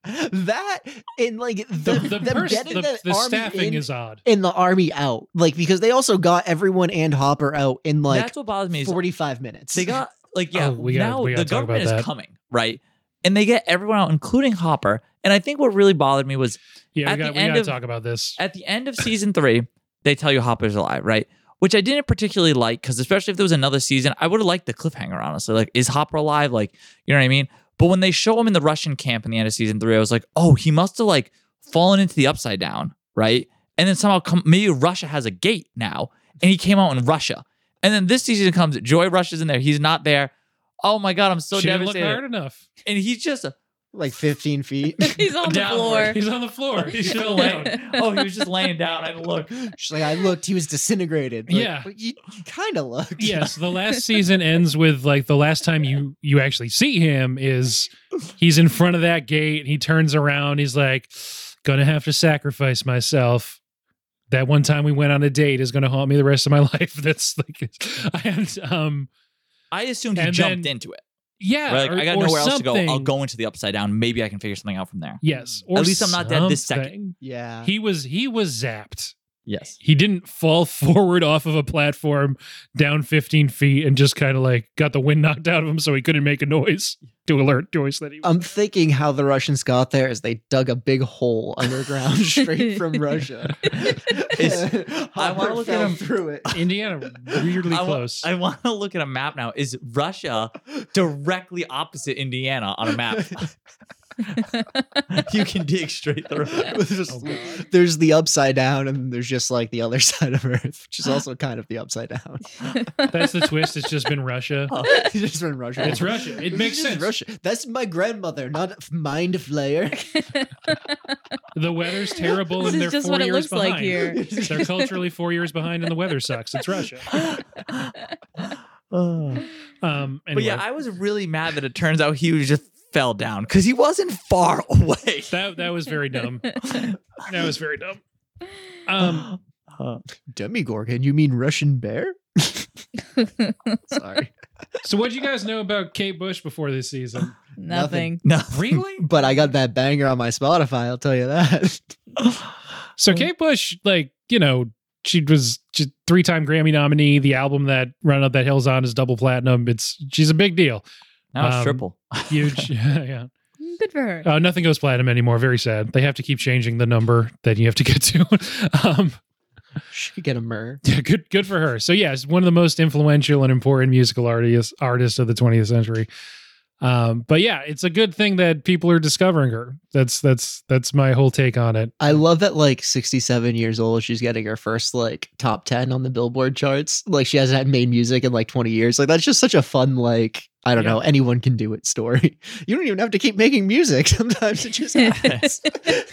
*laughs* that and like the, the, the, them pers- getting the- the, the army staffing in, is odd. in the army out. Like because they also got everyone and Hopper out in like That's what bothers me. Is *laughs* forty five minutes. They got like yeah. Oh, we gotta- now we gotta the talk about government is that. coming right, and they get everyone out, including Hopper. And I think what really bothered me was Yeah, at we got the we end got to of- talk about this. at the end of season three, they tell you Hopper's alive, right? Which I didn't particularly like because especially if there was another season, I would have liked the cliffhanger. Honestly, like is Hopper alive? Like you know what I mean? But when they show him in the Russian camp in the end of season three, I was like, oh, he must have like fallen into the upside down, right? And then somehow come, maybe Russia has a gate now, and he came out in Russia. And then this season comes, Joy rushes in there, he's not there. Oh my god, I'm so she didn't look devastated. hard enough. and he's just like fifteen *laughs* feet. *laughs* He's on the Downward. floor. He's on the *laughs* floor. He's still down. oh, he was just laying down. I look. She's like, I looked, he was disintegrated. Like, Yeah. but you, you kind of looked. Yes, the last season ends with like the last time you you actually see him is he's in front of that gate. He turns around. He's like, "Gonna have to sacrifice myself." That one time we went on a date is gonna haunt me the rest of my *laughs* life. That's like, *laughs* and um, I assumed he And jumped then- into it. yeah, Right, like, or- I got or nowhere else to go. I'll something. go into the upside down. Maybe I can figure something out from there. Yes, or At least I'm not dead this second. something. Yeah. He was he was zapped. Yes. he didn't fall *laughs* forward off of a platform down 15 feet and just kind of like got the wind *laughs* knocked out of him so he couldn't make a noise to alert Joyce that he Uh, was. I'm thinking how the Russians got there is they dug a big hole *laughs* underground straight from Russia. *laughs* It's- I wanna Hopper look at fell him- *laughs* through it. *laughs* Indiana weirdly I wa- close. I want to look at a map now. Is *laughs* Russia directly opposite Indiana on a *laughs* map? *laughs* you can dig straight through. *laughs* It's just- Oh, God. there's the upside down, and then there's just like the other *laughs* side of Earth, which *gasps* is also kind of the *laughs* upside down. *laughs* *laughs* That's the twist. It's just been Russia. it's just been Russia. It's Russia. It It's makes just sense. Russia. That's my grandmother, not *laughs* mind flayer. *laughs* *laughs* The weather's terrible This and they're is just four what it years looks like behind. here. *laughs* They're culturally four years behind and the weather sucks. It's Russia. Oh. Um, But anyway, yeah, I was really mad that it turns out he was just fell down because he wasn't far *laughs* away. that, that was very dumb. That was very dumb. Um, *laughs* Uh, Demigorgon, you mean Russian bear? Sorry. so what did you guys know about Kate Bush before this season? *laughs* Nothing. no. *laughs* Really? But I got that banger on my Spotify, I'll tell you that. *laughs* So Kate Bush, like you know, she was she, three-time Grammy nominee. The album that Run Up That Hill's on is double platinum. It's she's a big deal, Now it's Um, *laughs* triple. huge. yeah, Good for her. uh, nothing goes platinum anymore. Very sad. They have to keep changing the number that you have to get to. *laughs* um, She could get a myrrh. yeah, good, good for her. So yeah, it's one of the most influential and important musical artists artists of the 20th century. Um, but yeah, it's a good thing that people are discovering her. That's that's that's my whole take on it. I love that like 67 years old, she's getting her first like top 10 on the Billboard charts. Like she hasn't had made music in like 20 years. Like that's just such a fun, like, I don't Yeah. know, anyone can do it story. *laughs* You don't even have to keep making music. *laughs* Sometimes it just happens.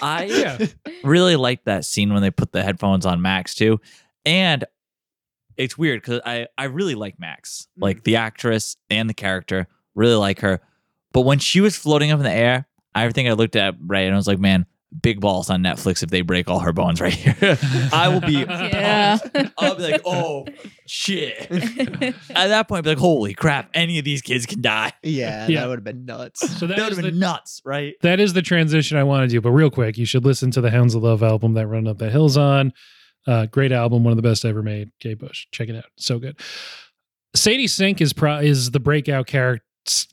I Yeah. really liked that scene when they put the headphones on Max too. And it's weird because I, I really like Max, Mm. like the actress and the character, really like her. But when she was floating up in the air, I think I looked at Ray and I was like, man, big balls on Netflix if they break all her bones right here. *laughs* *laughs* I will *laughs* be Yeah. I'll be *laughs* like, oh *laughs* shit. At that point, I'd be like, holy crap, any of these kids can die. Yeah, Yeah. that would have been nuts. So that That would is have the, been nuts, right? that is the transition I want to do. But real quick, you should listen to the Hounds of Love album that Running Up the Hills on. Uh, great album, one of the best ever made. Kay Bush, check it out, so good. Sadie Sink is pro- is the breakout character,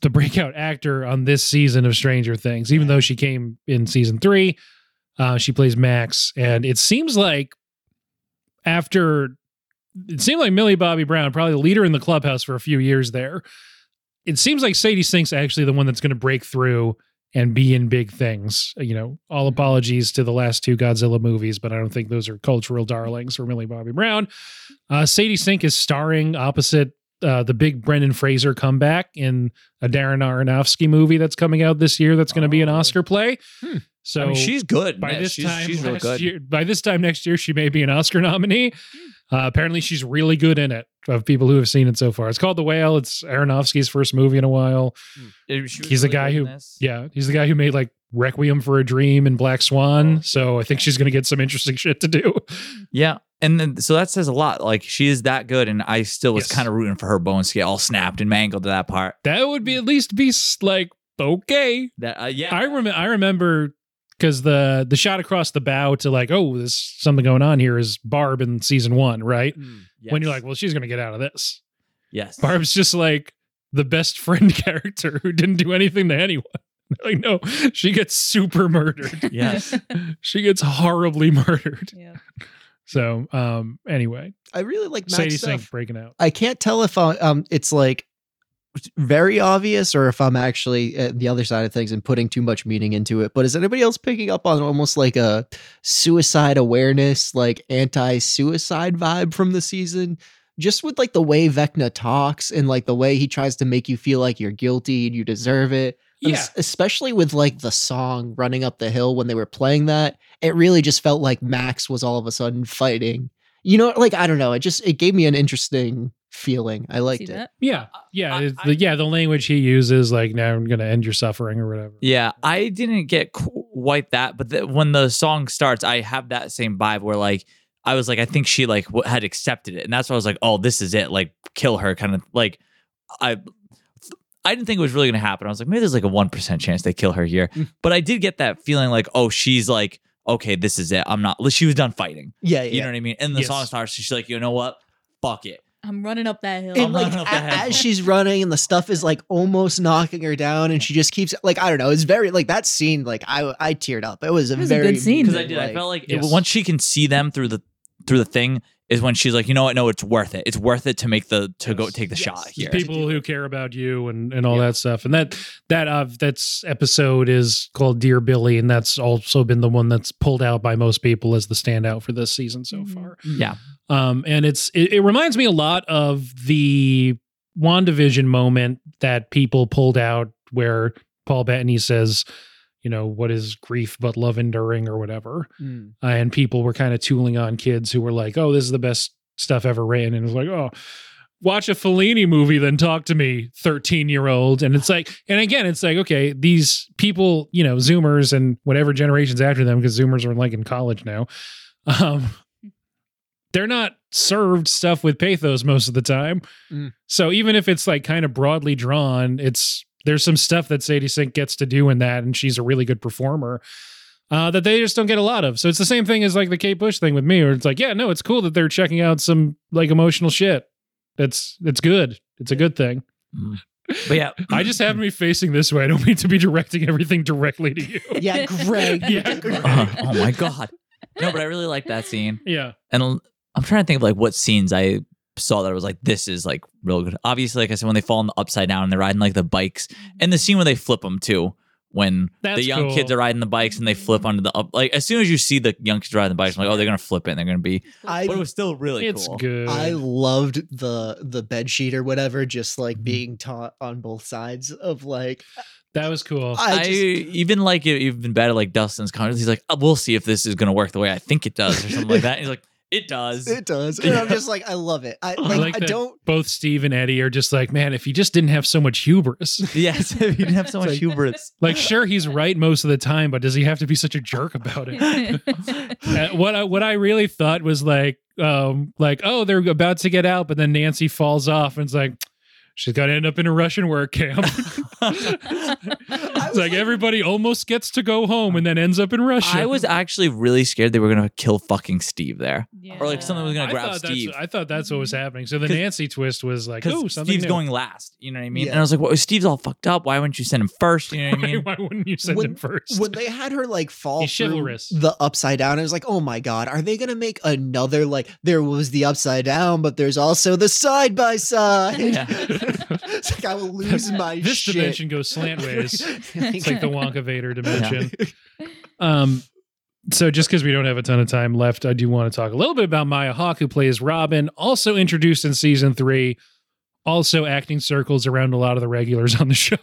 the breakout actor on this season of Stranger Things. Even though she came in season three, uh, she plays Max, and it seems like after it seemed like Millie Bobby Brown, probably the leader in the clubhouse for a few years there. It seems like Sadie Sink's actually the one that's going to break through and be in big things. You know, all apologies to the last two Godzilla movies, but I don't think those are cultural darlings for Millie Bobby Brown. Uh, Sadie Sink is starring opposite uh, the big Brendan Fraser comeback in a Darren Aronofsky movie that's coming out this year. That's going to be an Oh. Oscar play. Hmm. So I mean, she's good. by man. this she's, time she's real next good. Year, by this time next year, she may be an Oscar nominee. Hmm. Uh, apparently, she's really good in it. Of people who have seen it so far, it's called The Whale. It's Aronofsky's first movie in a while. Uh, she was He's the guy good in who- this. Yeah, he's the guy who made like Requiem for a Dream and Black Swan. Oh, so I think she's going to get some interesting *laughs* shit to do. Yeah. And then, so that says a lot. Like she is that good, and I still was Yes. kind of rooting for her bones to get all snapped and mangled to that part. That would be at least be s- like okay. That uh, Hmm. yeah, I remember. I remember because the the shot across the bow to like oh there's something going on here is Barb in season one right when you're Yes. like well she's going to get out of this. Mm, yes, Barb's just like the best friend *laughs* character who didn't do anything to anyone. *laughs* Like, no, she gets super *laughs* murdered. *laughs* yes, she gets horribly murdered. *laughs* yeah. So, um, anyway, I really like Max Sadie stuff. Sink breaking out. I can't tell if I, um it's like very obvious or if I'm actually at the other side of things and putting too much meaning into it. But is anybody else picking up on almost like a suicide awareness, like anti-suicide vibe from the season? Just with like the way Vecna talks and like the way he tries to make you feel like you're guilty and you deserve it. And Yeah. es- Especially with like the song Running Up the Hill when they were playing that, it really just felt like Max was all of a sudden fighting. You know, like I don't know, it just it gave me an interesting feeling. I liked See it. that? Yeah. Yeah. Uh, I- it's I- the, yeah. The language he uses, like, now I'm going to end your suffering or whatever. yeah. I didn't get quite that, but the, when the song starts, I have that same vibe where like I was like, I think she like w- had accepted it, and that's why I was like, oh, this is it, like kill her, kind of like I. I didn't think it was really going to happen. I was like, maybe there's like a 1% chance they kill her here. Mm. But I did get that feeling like, oh, she's like, okay, this is it. I'm not, she was done fighting. Yeah, yeah. You know what I mean? And the Yes. song starts. She's like, you know what? Fuck it. I'm running up that hill. I'm and like running up a- the hill. *laughs* as she's running and the stuff is like almost knocking her down and she just keeps like I don't know, it's very like that scene like I I teared up. It was a It was a very good scene. Because I Like- *laughs* did. I felt like it, Yes. once she can see them through the through the thing is when she's like, you know what? No, it's worth it. It's worth it to make the to go Yes. take the Yes. shot These here. People who care about you and, and all that stuff. And that, that, uh, that's episode is called Dear Billy. And that's also been the one that's pulled out by most people as the standout for this season so Mm-hmm. Mhm. far. Mm-hmm. Yeah. Um, and it's it, it reminds me a lot of the WandaVision moment that people pulled out where Paul Bettany says, you know, what is grief but love enduring or whatever. Mm. Uh, and people were kind of tooling on kids who were like, oh, this is the best stuff ever written. And it was like, oh, watch a Fellini movie, then talk to me, 13 year old. And it's like, and again, it's like, okay, these people, you know, Zoomers and whatever generations after them, because Zoomers are like in college now, um, they're not served stuff with pathos most of the time. Mm. So even if it's like kind of broadly drawn, it's there's some stuff that Sadie Sink gets to do in that, and she's a really good performer uh, that they just don't get a lot of. So it's the same thing as like the Kate Bush thing with me, where it's like, yeah, no, it's cool that they're checking out some like emotional shit. That's it's good. It's a good thing. But yeah, *laughs* I just *laughs* have me facing this way. I don't mean to be directing everything directly to you. *laughs* Yeah, *laughs* Greg. Yeah, Greg. Uh, oh my god. No, but I really like that scene. Yeah. And l- I'm trying to think of like what scenes I saw that I was like, this is like real good. Obviously, like I said, when they fall on the upside down and they're riding like the bikes, and the scene where they flip them too. When That's the young cool. kids are riding the bikes and they flip onto the up, like as soon as you see the young kids riding the bikes, I'm like, oh, they're gonna flip it and they're gonna be. I But it was still really it's cool. good. I loved the the bed sheet or whatever, just like being taught on both sides of like that was cool. I, I just even "Oh, like it even better like Dustin's comments. He's like, "Uh, we'll see if this is gonna work the way I think it does, or something like that. And he's like, It does. *laughs* It does. And I'm just like, I love it. I like, I, like that don't. Both Steve and Eddie are just like, man, if he just didn't have so much hubris. *laughs* yes, if you didn't have so It's much like- *laughs* hubris. Like, sure, he's right most of the time, but does he have to be such a jerk about *laughs* it? Uh, what I, what I really thought was like, um, like oh, they're about to get out, but then Nancy falls off, and it's like she's gonna end up in a Russian work camp. *laughs* oh, I it's was like everybody almost gets to go home and then ends up in Russia. I was actually really scared they were gonna kill fucking Steve there, Yeah. or like something was gonna I grab thought Steve. That's, I thought that's what was happening. So the 'Cause- Nancy twist was like, oh, Because something Steve's new. going last, you know what I mean? Yeah. And I was like, "Well, Steve's all fucked up. Why wouldn't you send him first? You know *laughs* what I *laughs* mean? Why wouldn't you send When- him first? *laughs* when they had her like fall He's through chivalrous. the upside down, I was like, oh my god, are they gonna make another like there was the upside down, but there's also the side by side? *laughs* *laughs* Yeah. It's like I will lose my this shit. dimension goes *laughs* *laughs* slantways. It's like the Wonka Vader dimension. Um, so just because we don't have a ton of time left, I do want to talk a little bit about Maya Hawke, who plays Robin, also introduced in season three, also acting circles around a lot of the regulars on the *laughs* show.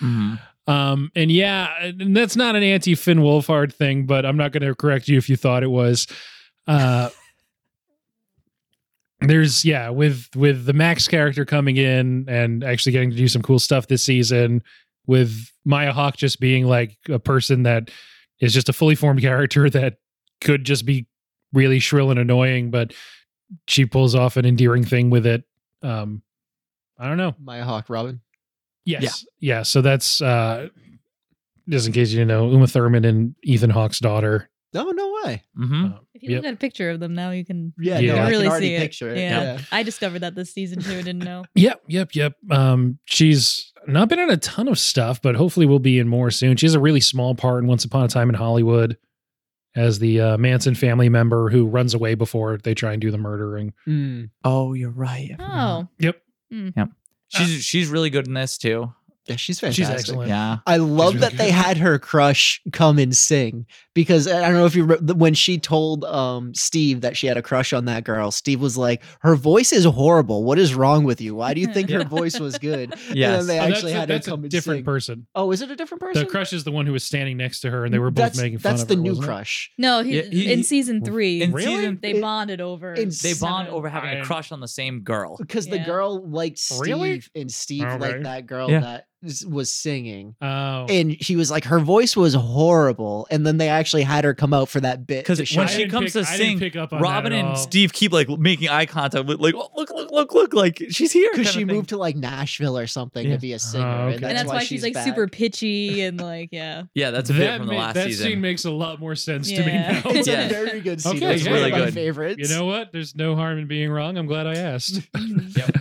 Mhm. Um, and yeah, and that's not an anti Finn Wolfhard thing, but I'm not going to correct you if you thought it was. Uh, *laughs* there's yeah, with with the Max character coming in and actually getting to do some cool stuff this season, with Maya Hawk just being like a person that is just a fully formed *laughs* character that could just be really shrill and annoying, but she pulls off an endearing thing with it. Um, I don't know. My hawk, Robin. Yes. Yeah. So that's uh just in case you didn't know, Uma Thurman and Ethan Hawke's daughter. No, no way. Mhm. Uh, If you look at a picture of them now, you can. Yeah, Yeah. no, I Really can already see it. picture it. Yeah. Yeah. I discovered that this season too. I didn't *laughs* know. yep, yep, yep. Um, she's not been in a ton of stuff, but hopefully we'll be in more soon. She has a really small part in Once Upon a Time in Hollywood as the uh, Manson family member who runs away before they try and do the murdering. Mm. Oh, you're right. I forgot. Oh, Yep. she's she's really good in this too. yeah, she's fantastic. She's excellent. Yeah. I love really that they good. had her crush come and sing because I don't know if you remember when she told um, Steve that she had a crush on that girl. Steve was like, "Her voice is horrible. What is wrong with you? Why do you think *laughs* her Yeah. voice was good?" And then Yes. they Oh, that's actually a- had her that's a come and different sing. person. oh, is it a different person? The crush is the one who was standing next to her, and they were both that's, making fun That's of the her, new wasn't it? crush. no. He, Yeah, he- in season three, In Really? season- they it- bonded over. in They Seven. bond over having I- a crush on the same girl. Because the Yeah. girl liked Steve, Really? and Steve Okay. liked that girl Yeah. that s- was singing. Oh, And she was like, her voice was horrible. And then they actually had her come out for that bit. 'Cause to when show- I she didn't pick- comes to I didn't sing, pick up on that Robin at and all. Steve keep like making eye contact with like, oh, look, look, look, look, like she's *laughs* here. because kind she of thing. moved to like Nashville or something Yeah. to be a singer, Oh, okay. and, that's and that's why, she's like back. super pitchy and like yeah. *laughs* Yeah, that's a bit from the ma- last that season. scene makes a lot more sense Yeah. to me now. It's Yeah. a very good *laughs* scene. Okay, it's yeah, one really of my good. favorites. You know what? There's no harm in being wrong. I'm glad I asked. Mhm.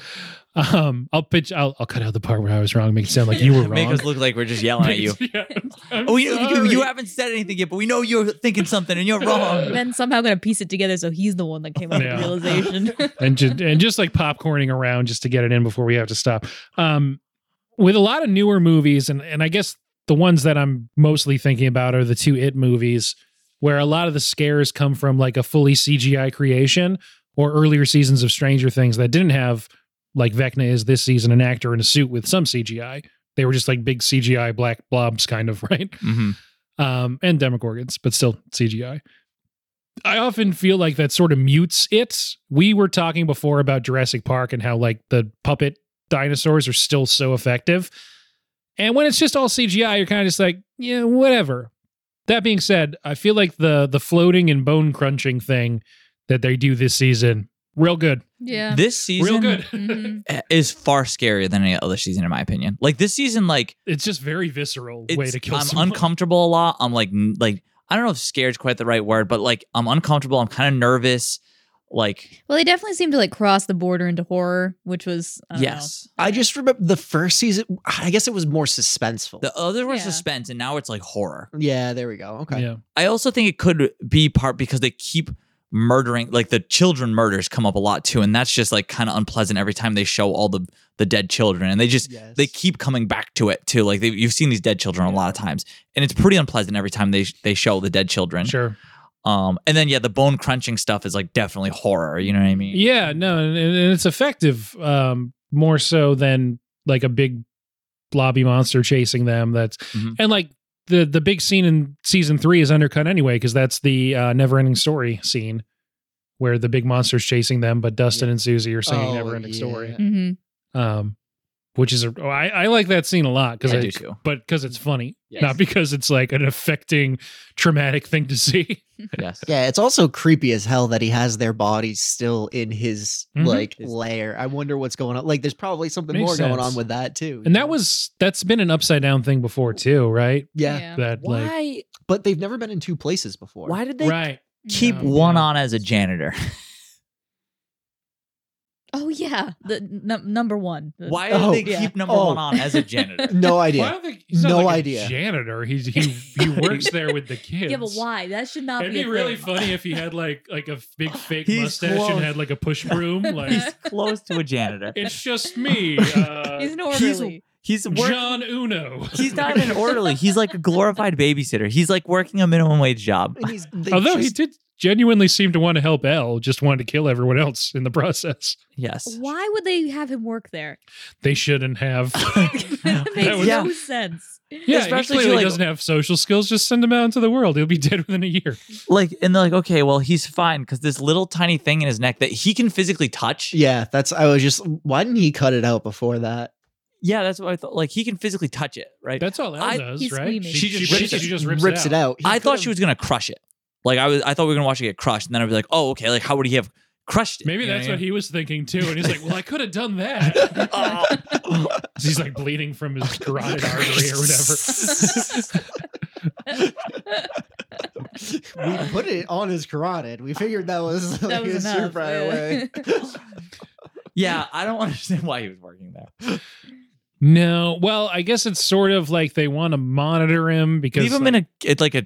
um, I'll pitch. I'll, I'll cut out the part where I was wrong. Make it sound like you were wrong. *laughs* Make us look like we're just yelling at you. *laughs* Yeah, I'm Oh, you, you, you sorry. haven't said anything yet, but we know you're thinking something *laughs* and you're wrong. then somehow gonna piece it together, so he's the one that came up Yeah. with the *laughs* realization. and just, and just like popcorning around just to get it in before we have to stop. Um, with a lot of newer movies, and and I guess the ones that I'm mostly thinking about are the two It movies, where a lot of the scares come from like a fully CGI creation or earlier seasons of Stranger Things that didn't have like Vecna is this season an actor in a suit with some CGI. They were just like big CGI black blobs, kind of *laughs* right Mm-hmm. um, and Demogorgons, but still CGI. I often feel like that sort of mutes it. We were talking before about Jurassic Park and how like the puppet dinosaurs are still so effective. And when it's just all CGI, you're kind of just like, yeah, whatever. That being said, I feel like the the floating and bone crunching thing that they do this season, real good, yeah. This season real good. Mhm. is far scarier than any other season, in my opinion. Like this season, like *laughs* it's just very visceral it's, way to kill I'm someone. uncomfortable a lot. I'm like, n- like I don't know if scared's quite the right word, but like I'm uncomfortable. I'm kind of nervous. Like Well, they definitely seem to like cross the border into horror, which was I don't yes, I just remember the first season. I guess it was more suspenseful. the others were Yeah. suspense, and now it's like horror. yeah, there we go. Okay. Yeah. I also think it could be part because they keep murdering like the children murders come up a lot too and that's just like kind of unpleasant every time they show all the the dead children and they just Yes. they keep coming back to it too like they, you've seen these dead children a lot of times and it's pretty unpleasant every time they they show the dead children Sure. um and then yeah the bone crunching stuff is like definitely horror you know what i mean Yeah, no, and, and it's effective um, more so than like a big blobby monster chasing them. That's Mhm. and like the the big scene in season three is undercut anyway because that's the uh, never ending story scene where the big monster's chasing them, but Dustin Yeah. and Susie are singing Oh, Never Ending yeah. Story. hmm Um, which is a oh, I, I like that scene a lot because I I, do too. but because it's funny, Yes. not because it's like an affecting traumatic thing to see. Yes. Yeah, it's also creepy as hell that he has their bodies still in his Mhm. like His- lair. I wonder what's going on. Like, there's probably something Makes more going on sense. with that too. you And that know? was that's been an upside down thing before too, right? yeah, That *laughs* like Why? but they've never been in two places before. Why did they right. keep No, one no. on as a janitor? Oh yeah, the num number one. The- Why Oh, did they yeah. keep number Oh. one on as a *laughs* janitor? *laughs* No Why idea. don't they, he's not No like a idea. janitor. He's he he works there with the kids. Yeah, but why? That should not It'd be. be a *laughs* really thing. funny if he had like like a big fake He's mustache close. and had like a push broom. Like He's close to a janitor. it's just me, uh, *laughs* He's an orderly. He's work- John Uno. He's not an orderly. He's like a glorified babysitter. He's like working a minimum wage job. And he's- they Although he just- did genuinely seem to want to help Elle, just wanted to kill everyone else in the process. Yes. Why would they have him work *laughs* there? They shouldn't have. *laughs* that makes was- no *laughs* sense. Yeah, he Especially if you, clearly like- doesn't have social skills. Just send him out into the world. He'll be dead within a year. Like, and they're like, okay, well, he's fine because this little tiny thing in his neck that he can physically touch. yeah, that's. I was just. Why didn't he cut it out before that? Yeah, that's what I thought. Like, he can physically touch it, right? That's all Elle I- does, he's right? screaming. She just rips it. rips it out. He I thought could've- she was gonna crush it. Like, I was, I thought we were gonna watch it get crushed, and then I'd be like, oh, okay, like, how would he have crushed it? Maybe You know that's I what mean? he was thinking too. And he's like, "Well, I could have done *laughs* that." Oh. he's like bleeding from his carotid *laughs* artery or whatever. *laughs* *laughs* We put it on his carotid. We figured that *laughs* was like That was his enough. super *laughs* way. yeah, I don't understand why he was working there. No, well, I guess it's sort of like they want to monitor him because Leave him in a, it's like a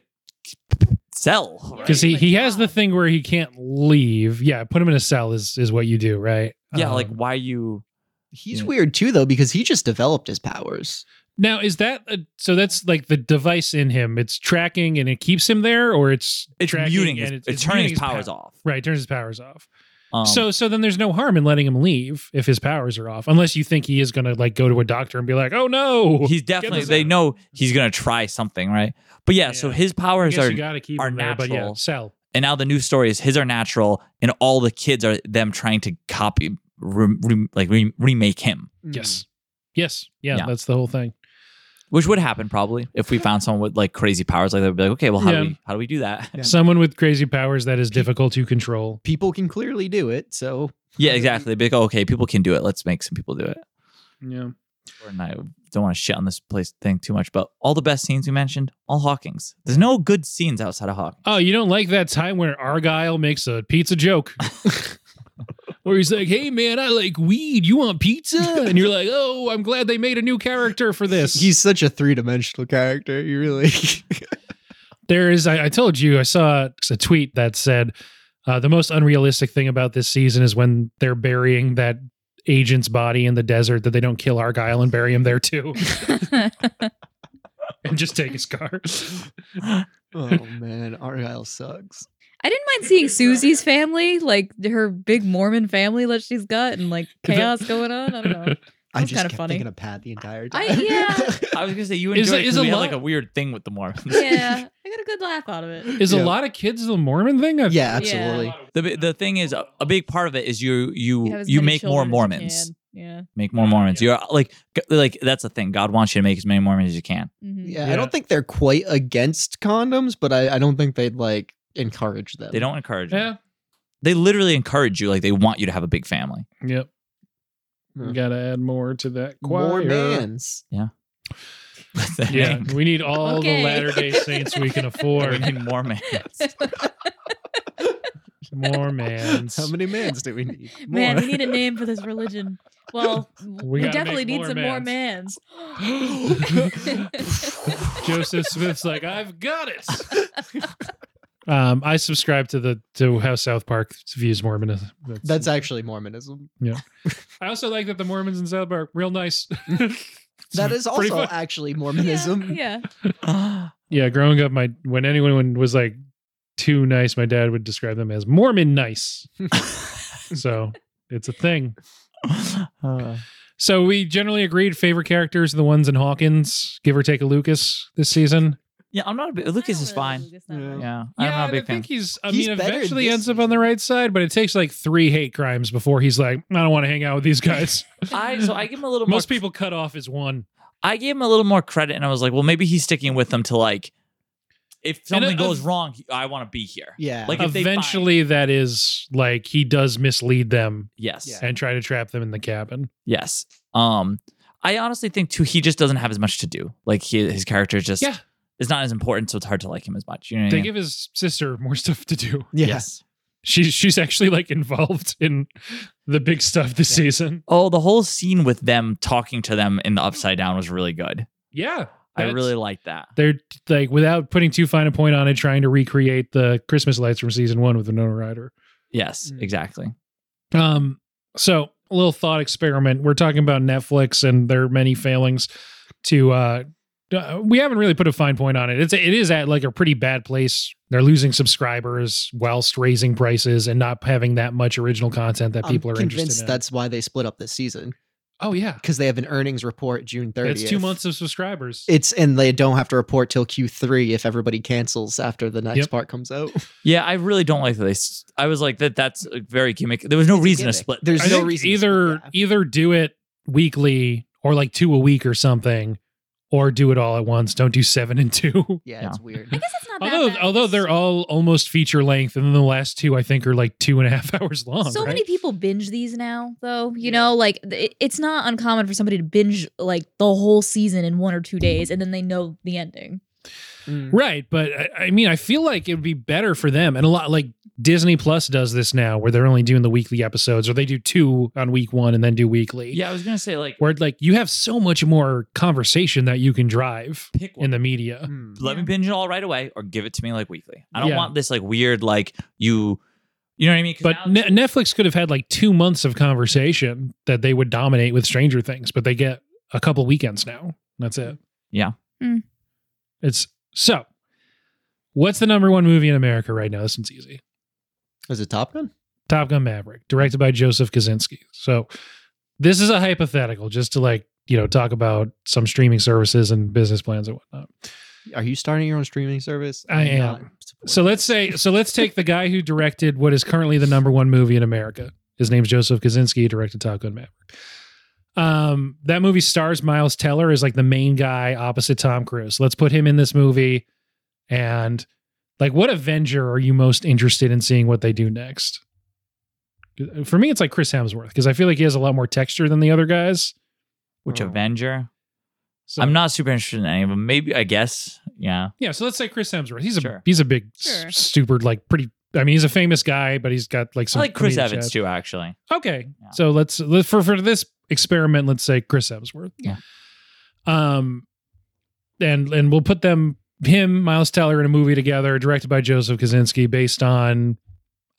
cell. right? because he, Like, he has wow. the thing where he can't leave. Yeah, put him in a cell is is what you do, right? Yeah, Um, like why you? He's Yeah. weird too, though, because he just developed his powers. now is that uh so? That's like the device in him. It's tracking and it keeps him there, or it's It's tracking muting. and His, it's, turning muting his powers pow- off. Right, turns his powers off. Um, so so then there's no harm in letting him leave if his powers are off, unless you think he is going to like go to a doctor and be like, oh no, he's definitely. this They out. know he's gonna try something, right? But yeah, so Yeah. his I powers guess are, you got to keep are him there, but yeah, natural. cell. and now the new story is his are natural, and all the kids are them trying to copy, re, re- like re, remake him, Yes, yes, yeah, Yeah. that's the whole thing. which would happen probably if we found someone with like crazy powers like that. We'd be like, okay, well, how Yeah. do we how do we do that? Yeah. Someone with crazy powers that is difficult to control. People can clearly do it, so *laughs* yeah, exactly. Be like, oh, okay, people can do it. Let's make some people do it. Yeah. and I don't want to shit on this place thing too much, but all the best scenes we mentioned, all Hawking's. There's no good scenes outside of Hawking. Oh, you don't like that time when Argyle makes a pizza *laughs* joke? Where he's like, hey man, I like weed. You want pizza? And you're like, oh, I'm glad they made a new character for this. he's such a three-dimensional character. You really *laughs* There is, I, I told you, I saw a tweet that said uh, the most unrealistic thing about this season is when they're burying that agent's body in the desert that they don't kill Argyle and bury him there too *laughs* and just take his car. Oh man, Argyle sucks. *laughs* I didn't mind seeing Susie's family, like her big Mormon family that she's got, and like chaos going on. I *laughs* don't know. I That's just kinda kept funny. thinking of Pat the entire I- time. *laughs* yeah. I was gonna say you Is enjoy it- it is 'cause it we had lo- like a weird thing with *laughs* the Mormons. Yeah, I got a good laugh out of it. Is a Yeah. lot of kids the Mormon thing? I've- yeah, absolutely. The bi- the thing is, a, a big part of it is you You you have as you many make more children as you Mormons. can. Yeah. Make more Mormons. You're like g- like that's the thing. God wants you to make as many Mormons as you can. Mhm. Yeah, Yeah. I don't think they're quite against condoms, but I, I don't think they'd like encourage them. They don't encourage. You. Yeah. They literally encourage you. Like they want you to have a big family. *laughs* Yep. Yeah. We gotta add more to that choir. more bands. Yeah, we need all Okay. the Latter Day Saints we can *laughs* Or afford. *laughs* Mormons. *laughs* More mans. *laughs* How many mans *laughs* do we need? Man, we need a name for this religion. *laughs* Well, we, gotta definitely make need some more more mans. *gasps* *laughs* Joseph Smith's like, I've *laughs* got it. um, I subscribe to the to how South Park views Mormonism. *laughs* That's *laughs* actually Mormonism. I also like that the Mormons in South Park real nice. *laughs* That is Pretty also fun. *laughs* actually yeah, Mormonism. yeah. yeah. Growing up, my when anyone was like too nice, my dad would describe them as Mormon nice. *laughs* so it's a thing. Uh, So we generally agreed favorite characters are the ones in Hawkins, give or take a Lucas this season. Yeah, I'm not a big. Lucas is fine. Yeah, I'm Yeah, not a and big I fan. think he's. I He's mean, better in eventually this ends up on the right side, but it takes like three hate crimes before he's like, I don't want to hang out with *laughs* these guys. I so I give him a little. *laughs* Most more, people cut off as one. I gave him a little more credit, and I was like, well, maybe he's sticking with them to like, if And, uh, something goes uh, wrong, he- I want to be here. Yeah. Like- if they find- Eventually, that is like he does mislead them Yes. Yeah. and try to trap them in the cabin. Yes. Um, I honestly think too he just doesn't have as much to do. Like he, his character is just Yeah. is not as important, so it's hard to like him as much. You know what I They mean? give his sister more *laughs* stuff to do. yeah. Yes. She's she's actually like involved in the big stuff this season. Oh, the whole scene with them talking to them in the upside down was really good. Yeah, I That's- really like that. They're like without putting too fine a point on it, trying to recreate the Christmas lights from season one with Winona Ryder. Yes, Mm. exactly. Um, so a little thought experiment. We're talking about Netflix and their many failings. To uh, uh, we haven't really put a fine point on it. It's it is at like a pretty bad place. They're losing subscribers whilst raising prices and not having that much original content that I'm people are convinced interested in. that's why they split up this season oh yeah, because they have an earnings report June 30th. that's two months of subscribers. It's and they don't have to report till Q3 if everybody cancels after the next Yep. part comes out. *laughs* Yeah, I really don't like that. They, s- I was like that. That's a very gimmick. There was no It's a reason to gimmick. split. There's I no think reason. to split either that. either do it weekly or like two a week or something, or do it all at once. Don't do seven and two. yeah, Yeah. it's I weird. guess it's not that *laughs* although bad. although they're all almost feature length, and then the last two I think are like two and a half *laughs* hours long. so right? many people binge these now, though. You know, like th- it- it's not uncommon for somebody to binge like the whole season in one or two days, and then they know the ending. Mm. Right, but I, I mean, I feel like it would be better for them, and a lot like Disney Plus does this now, where they're only doing the weekly episodes, or they do two on week one and then do weekly. Yeah, I was gonna say like where like you have so much more conversation that you can drive pick one. in the media. Mm. Let me Yeah. binge it all right away, or give it to me like weekly. I don't Yeah. want this like weird like you. You know what I mean? 'Cause But now ne- Netflix could have had like two months of conversation that they would dominate with Stranger Things, but they get a couple weekends now. That's it. Yeah. Hmm. It's so. What's the number one movie in America right now? This one's easy. Is it Top Gun? Top Gun Maverick, directed by Joseph Kaczynski. So this is a hypothetical, just to like you know talk about some streaming services and business plans and whatnot. Are you starting your own streaming service? I I'm am. not supporting So let's say, so let's take the guy who directed what is currently the number one movie in America. His name's Joseph Kaczynski. He directed Top Gun Maverick. Um, that movie stars Miles Teller as like the main guy opposite Tom Cruise. Let's put him in this movie, and like, what Avenger are you most interested in seeing what they do next? For me, it's like Chris Hemsworth because I feel like he has a lot more texture than the other guys. which Oh. Avenger? So, I'm not super interested in any of them. Maybe I guess. Yeah. Yeah, so let's say Chris Hemsworth. He's a Sure. he's a big, Sure. s- stupid, like pretty. I mean, he's a famous guy, but he's got like some. I like Chris comedic Evans chops. too, actually. Okay. Yeah. So let's, let's for for this experiment, let's say Chris Hemsworth. Yeah. Um and and we'll put them him, Miles Teller in a movie together, directed by Joseph Kaczynski, based on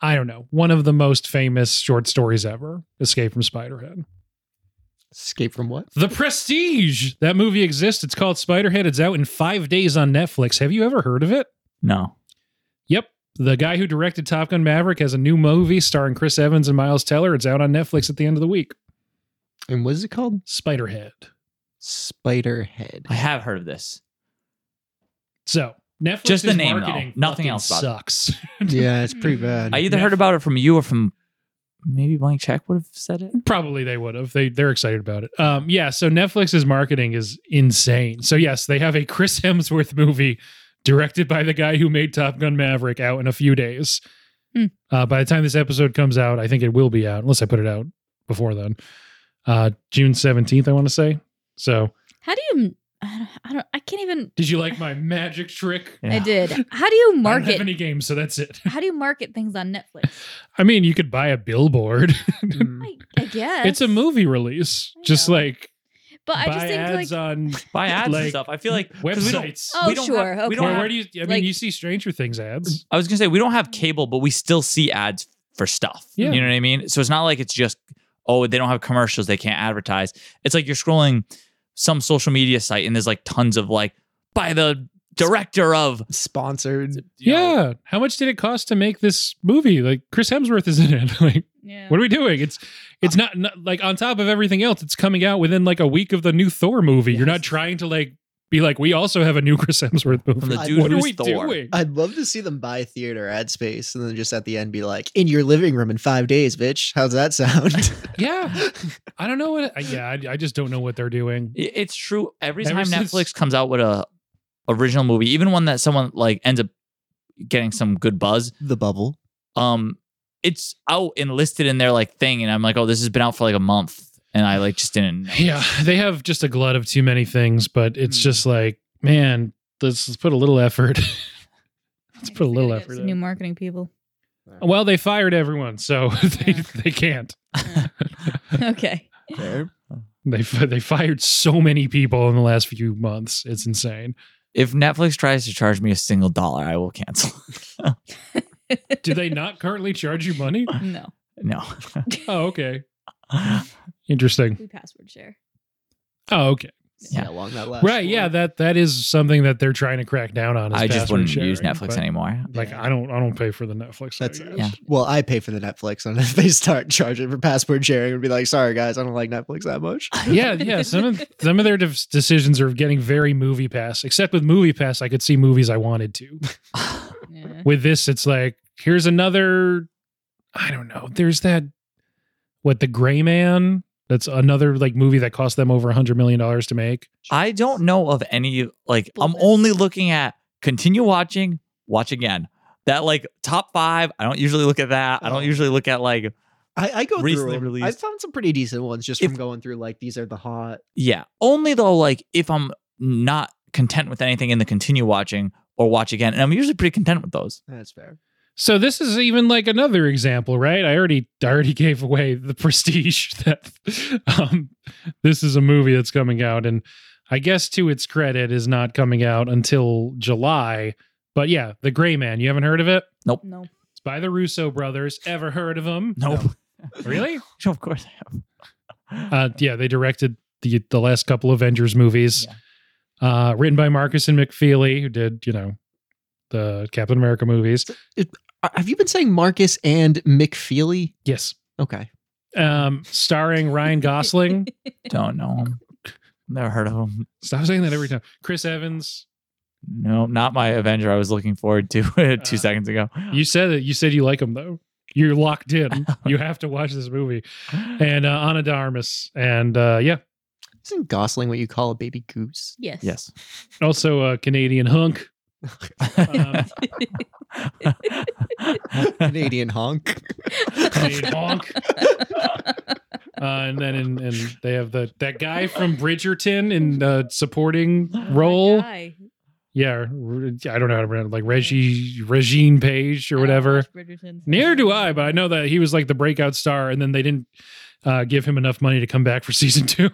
I don't know, one of the most famous short stories ever, Escape from Spiderhead. Escape from what? The Prestige. That movie exists. It's called Spiderhead. It's out in five days on Netflix. Have you ever heard of it? No. Yep. The guy who directed Top Gun Maverick has a new movie starring Chris Evans and Miles Teller. It's out on Netflix at the end of the week. And what is it called? Spiderhead. Spiderhead. I have heard of this. So Netflix Just the is name, though. marketing Nothing fucking else about it. sucks. *laughs* yeah, it's pretty bad. Mm. I either heard about it from you or from maybe Blank Check would have *laughs* said it. Probably they would have. They they're excited about it. Um, yeah. So Netflix's marketing is insane. So yes, they have a Chris Hemsworth movie directed by the guy who made Top Gun Maverick out in a few days. Hmm. Uh, by the time this episode comes out, I think it will be out unless I put it out before then. Uh, June seventeenth, I want to say. So How do you? I don't. I, don't, I can't even. did you like my magic trick? *laughs* Yeah. I did. How do you *laughs* I don't have market? any games, so that's it. *laughs* how do you market things on Netflix? I mean, you could buy a billboard. Mm. I, I guess It's a movie release, I just know. like but I just buy think like ads uh, on Buy ads Like, and stuff. I feel like 'cause we don't- websites. Oh, we don't sure, have- okay. we don't Where, have- where do you? I mean, like- you see Stranger Things ads. I was gonna say we don't have cable, but we still see ads for stuff. Yeah. You know what I mean? So it's not like it's just oh they don't have commercials, they can't advertise. It's like you're scrolling some social media site and there's like tons of like by the director of Sponsored. you know, yeah. How much did it cost to make this movie? Like Chris Hemsworth is in it. *laughs* like, yeah. what are we doing? It's it's not, not like on top of everything else, it's coming out within like a week of the new Thor movie. You're not trying to like be like, we also have a new Chris Hemsworth From movie. the I- dude what are who's we Thor. *laughs* doing? I'd love to see them buy theater ad space and then just at the end be like, in your living room in five days, bitch. How's that *laughs* sound? yeah, I don't know what. I- Yeah, I, I just don't know what they're doing. I- It's true. Every Ever time since- Netflix comes out with a original movie, even one that someone like ends up getting some good buzz, the bubble. um, it's out and listed in their like thing, and I'm like, oh, this has been out for like a month, and I like just didn't. *laughs* know. Yeah, they have just a glut of too many things, but it's Hmm. just like, man, let's, let's put a little effort. let's put a little effort. New In. marketing *laughs* people. *laughs* Well, they fired everyone, so *laughs* they Yeah. they can't. okay. Fair. They fi- they fired so many people in the last few months. It's insane. If Netflix tries to charge me a single dollar, I will cancel. *laughs* Do they not currently charge you money? *laughs* No, no. Oh, okay. Interesting. we password share. Oh, okay. Yeah, long that Uh, last. Right. Yeah. That that is something that they're trying to crack down on. is I just password wouldn't sharing, use Netflix but, anymore. *laughs* Like I don't I don't pay for the Netflix. I That's guess. Yeah. well, I pay for the Netflix, and *laughs* if they start charging for password sharing, and be like, "Sorry guys, I don't like Netflix that much." *laughs* yeah, yeah. Some of some of their de- decisions are getting very movie pass. Except with movie pass, I could see movies I wanted to. *laughs* Yeah. With this, it's like here's another. I don't know. There's that. What the Gray Man? That's another like movie that cost them over a hundred million dollars to make. I don't know of any like I'm Bullets. only looking at continue watching, watch again. That like top five, I don't usually look at that. I Oh. don't usually look at like I, I go Recently through. 'em. I released. found some pretty decent ones just If- from going through. Like these are the hot. yeah. Only though like if I'm not content with anything in the continue watching or watch again. And I'm usually pretty content with those. That's fair. So this is even like another example, right? I already I already *laughs* gave away the prestige *laughs* that um, this is a movie that's coming out, and I guess to its credit is not coming out until July. But yeah, The Gray Man. You haven't heard of it? No. It's by the Russo brothers. Ever heard of them? Nope. *laughs* Really? of course I have. Uh, yeah, they directed the the last couple Avengers movies, uh, written by Marcus and McFeely, who did you know the Captain America movies. Uh, Have you been saying Marcus and McFeely? Yes, Okay. um, starring *laughs* Ryan Gosling. don't know *laughs* 'em. Never heard of them. Stop saying that every time. Chris Evans, No, not my Avenger I was looking forward to *laughs* two Uh, seconds ago. you said it. You said you like him though. You're locked in. you have to watch this movie. And uh, Anna de Armas, and uh, yeah, Isn't Gosling what you call a baby *laughs* goose? Yes. *laughs* yes. *laughs* also a Canadian hunk. Um, Canadian honk. *laughs* Canadian honk. Uh, and then in, and they have the that guy from Bridgerton in uh, supporting Oh role. Guy. yeah, Re- I don't know how to pronounce it, like Reggie Regine Page or whatever. Neither do I, but I know that he was like the breakout star, and then they didn't uh, give him enough money to come back for *laughs* season two.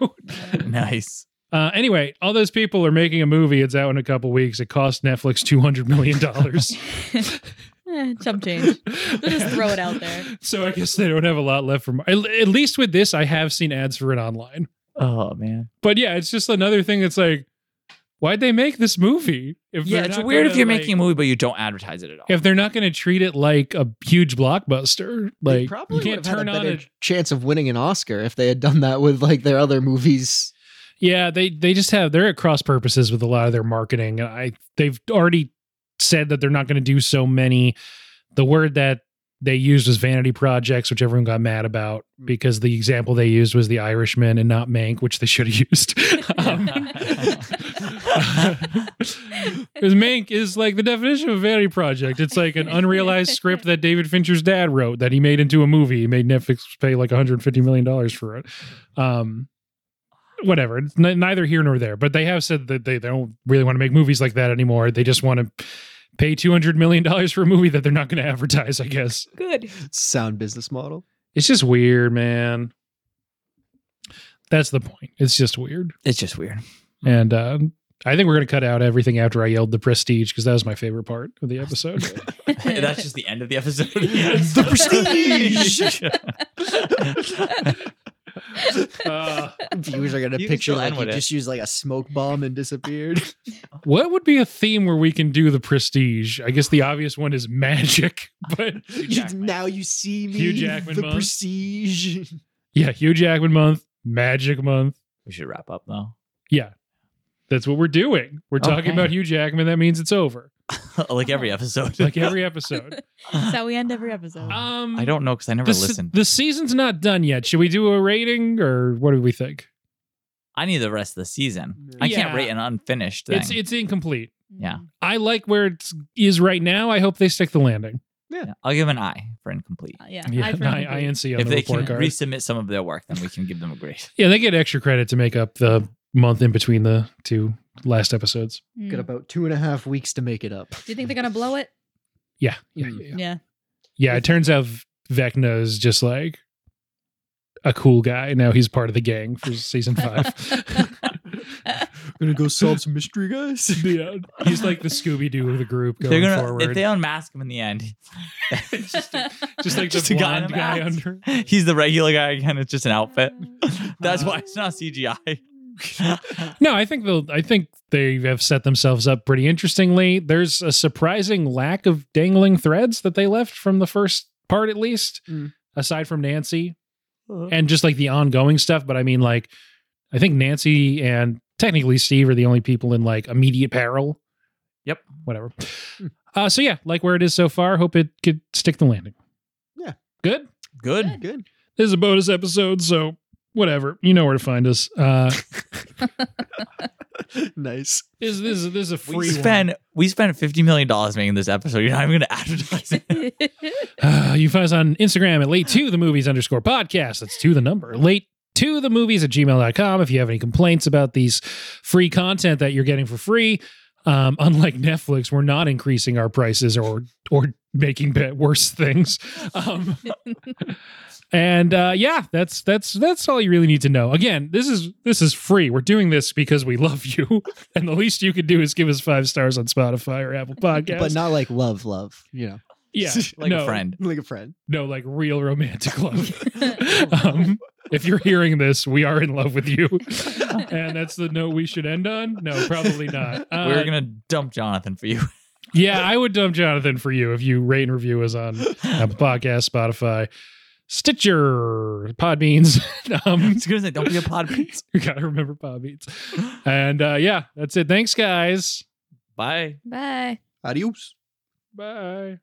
nice. Uh, anyway, all those people are making a movie. It's out in a couple weeks. It cost Netflix two hundred million dollars. *laughs* eh, chump change. They'll just throw it out there. *laughs* So I guess they don't have a lot left for. At at least with this, I have seen ads for it online. Oh man. But yeah, it's just another thing that's like, why'd they make this movie? If Yeah, they're it's not weird if gonna, you're like- making a movie but you don't advertise it at all. If they're not going to treat it like a huge blockbuster, They like you can't would've had turn on better it. chance of winning an Oscar if they had done that with like their other movies. Yeah, they they just have they're at cross purposes with a lot of their marketing. And I they've already said that they're not going to do so many. The word that they used was vanity projects, which everyone got mad about because the example they used was the Irishman and not Mank, which they should have *laughs* used. *laughs* um, because Mank is like the definition of a vanity project. It's like an unrealized script that David Fincher's dad wrote that he made into a movie. He made Netflix pay like 150 million dollars for it. Um, whatever. It's n- neither here nor there. But they have said that they, they don't really want to make movies like that anymore. They just want to pay 200 million dollars for a movie that they're not going to advertise. I guess *laughs* Good. Sound business model. it's just weird, man. That's the point. It's just weird. it's just weird. And um, I think we're going to cut out everything after I yelled the prestige because that was my favorite part of *laughs* the episode. That's *laughs* just the end of the *laughs* episode. Yes. The *laughs* prestige. Uh, Viewers are gonna You can picture still like end you with it. just used like a smoke bomb and disappeared. what would be a theme where we can do the prestige? I guess the obvious one is magic, *laughs* but You- now you see me. Hugh Jackman The month. prestige. yeah, Hugh Jackman month, magic month. we should wrap up though. Yeah. That's what we're doing. We're talking Okay. about Hugh Jackman. That means it's over. like every episode. Like *laughs* every *laughs* episode. That's how we end every episode. Um, I don't know because I never the, se- listened. the season's not done yet. Should we do a rating or what do we think? I need the rest of the season. I Yeah. can't rate an unfinished thing. It's it's incomplete. Mm. yeah. I like where it is right now. I hope they stick the landing. Yeah, I'll give an I for incomplete. Uh, Yeah. Yeah, I, *laughs* I, for I, incomplete. INC on if the they report can card. resubmit some of their work, then we can give them a grade. yeah, they get extra credit to make up the month in between the two last episodes. Mm. Got about two and a half weeks to make it up. Do you think they're gonna blow it? Yeah, yeah, Mm. yeah. yeah. Yeah. Yeah, it turns out Vecna's just like a cool guy. Now he's part of the gang for season *laughs* five. *laughs* gonna go solve some mystery, guys? yeah, uh, he's like the Scooby Doo of the group They're going gonna if forward. they unmask him in the end. *laughs* just, just like Just the a guy in blind a guy mask. under. He's the regular guy again. It's just *laughs* an outfit. *laughs* That's Uh, why it's not CGI. No, I think they'll. I think they have set themselves up pretty interestingly. There's a surprising lack of dangling threads that they left from the first part, at least, Hmm. Mm. aside from Nancy Uh-huh. and just like the ongoing stuff. But I mean, like, I think Nancy and technically Steve are the only people in like immediate peril. Yep. Hmm. Whatever. Uh, so yeah, like where it is so far. Hope it could stick the landing. Yeah. Good. Good. Good. Good. *laughs* This is a bonus episode, so whatever. You know where to find us. Uh, *laughs* nice. this this is this is a free We one. spent we spent fifty million dollars making this episode. You're not even gonna *laughs* advertise it. Uh, you can find us on Instagram at late to the movies underscore podcast. That's to the number. Late to the movies at gmail.com. If you have any complaints about these free content that you're getting for free, um, *laughs* unlike Netflix, we're not increasing our prices or or making bet worse things. Um, and uh, yeah, that's that's that's all you really need to know. Again, this is this is free. We're doing this because we love you, *laughs* and the least you could do is give us five stars on Spotify or Apple Podcasts. But not like love, love, you know, *laughs* yeah, *laughs* Like no, a friend. like a friend. no like real romantic *laughs* love um, if you're hearing this we are in love with you and that's the note we should end on no probably not uh, we *laughs* were gonna dump Jonathan for you. *laughs* yeah i would dump jonathan for you if you rate and review us on apple podcast spotify stitcher podbeans *laughs* um, It's gonna say don't be *laughs* a pod. please." you gotta remember podbeans and uh, yeah that's it thanks guys *laughs* Bye. Bye. Adios. bye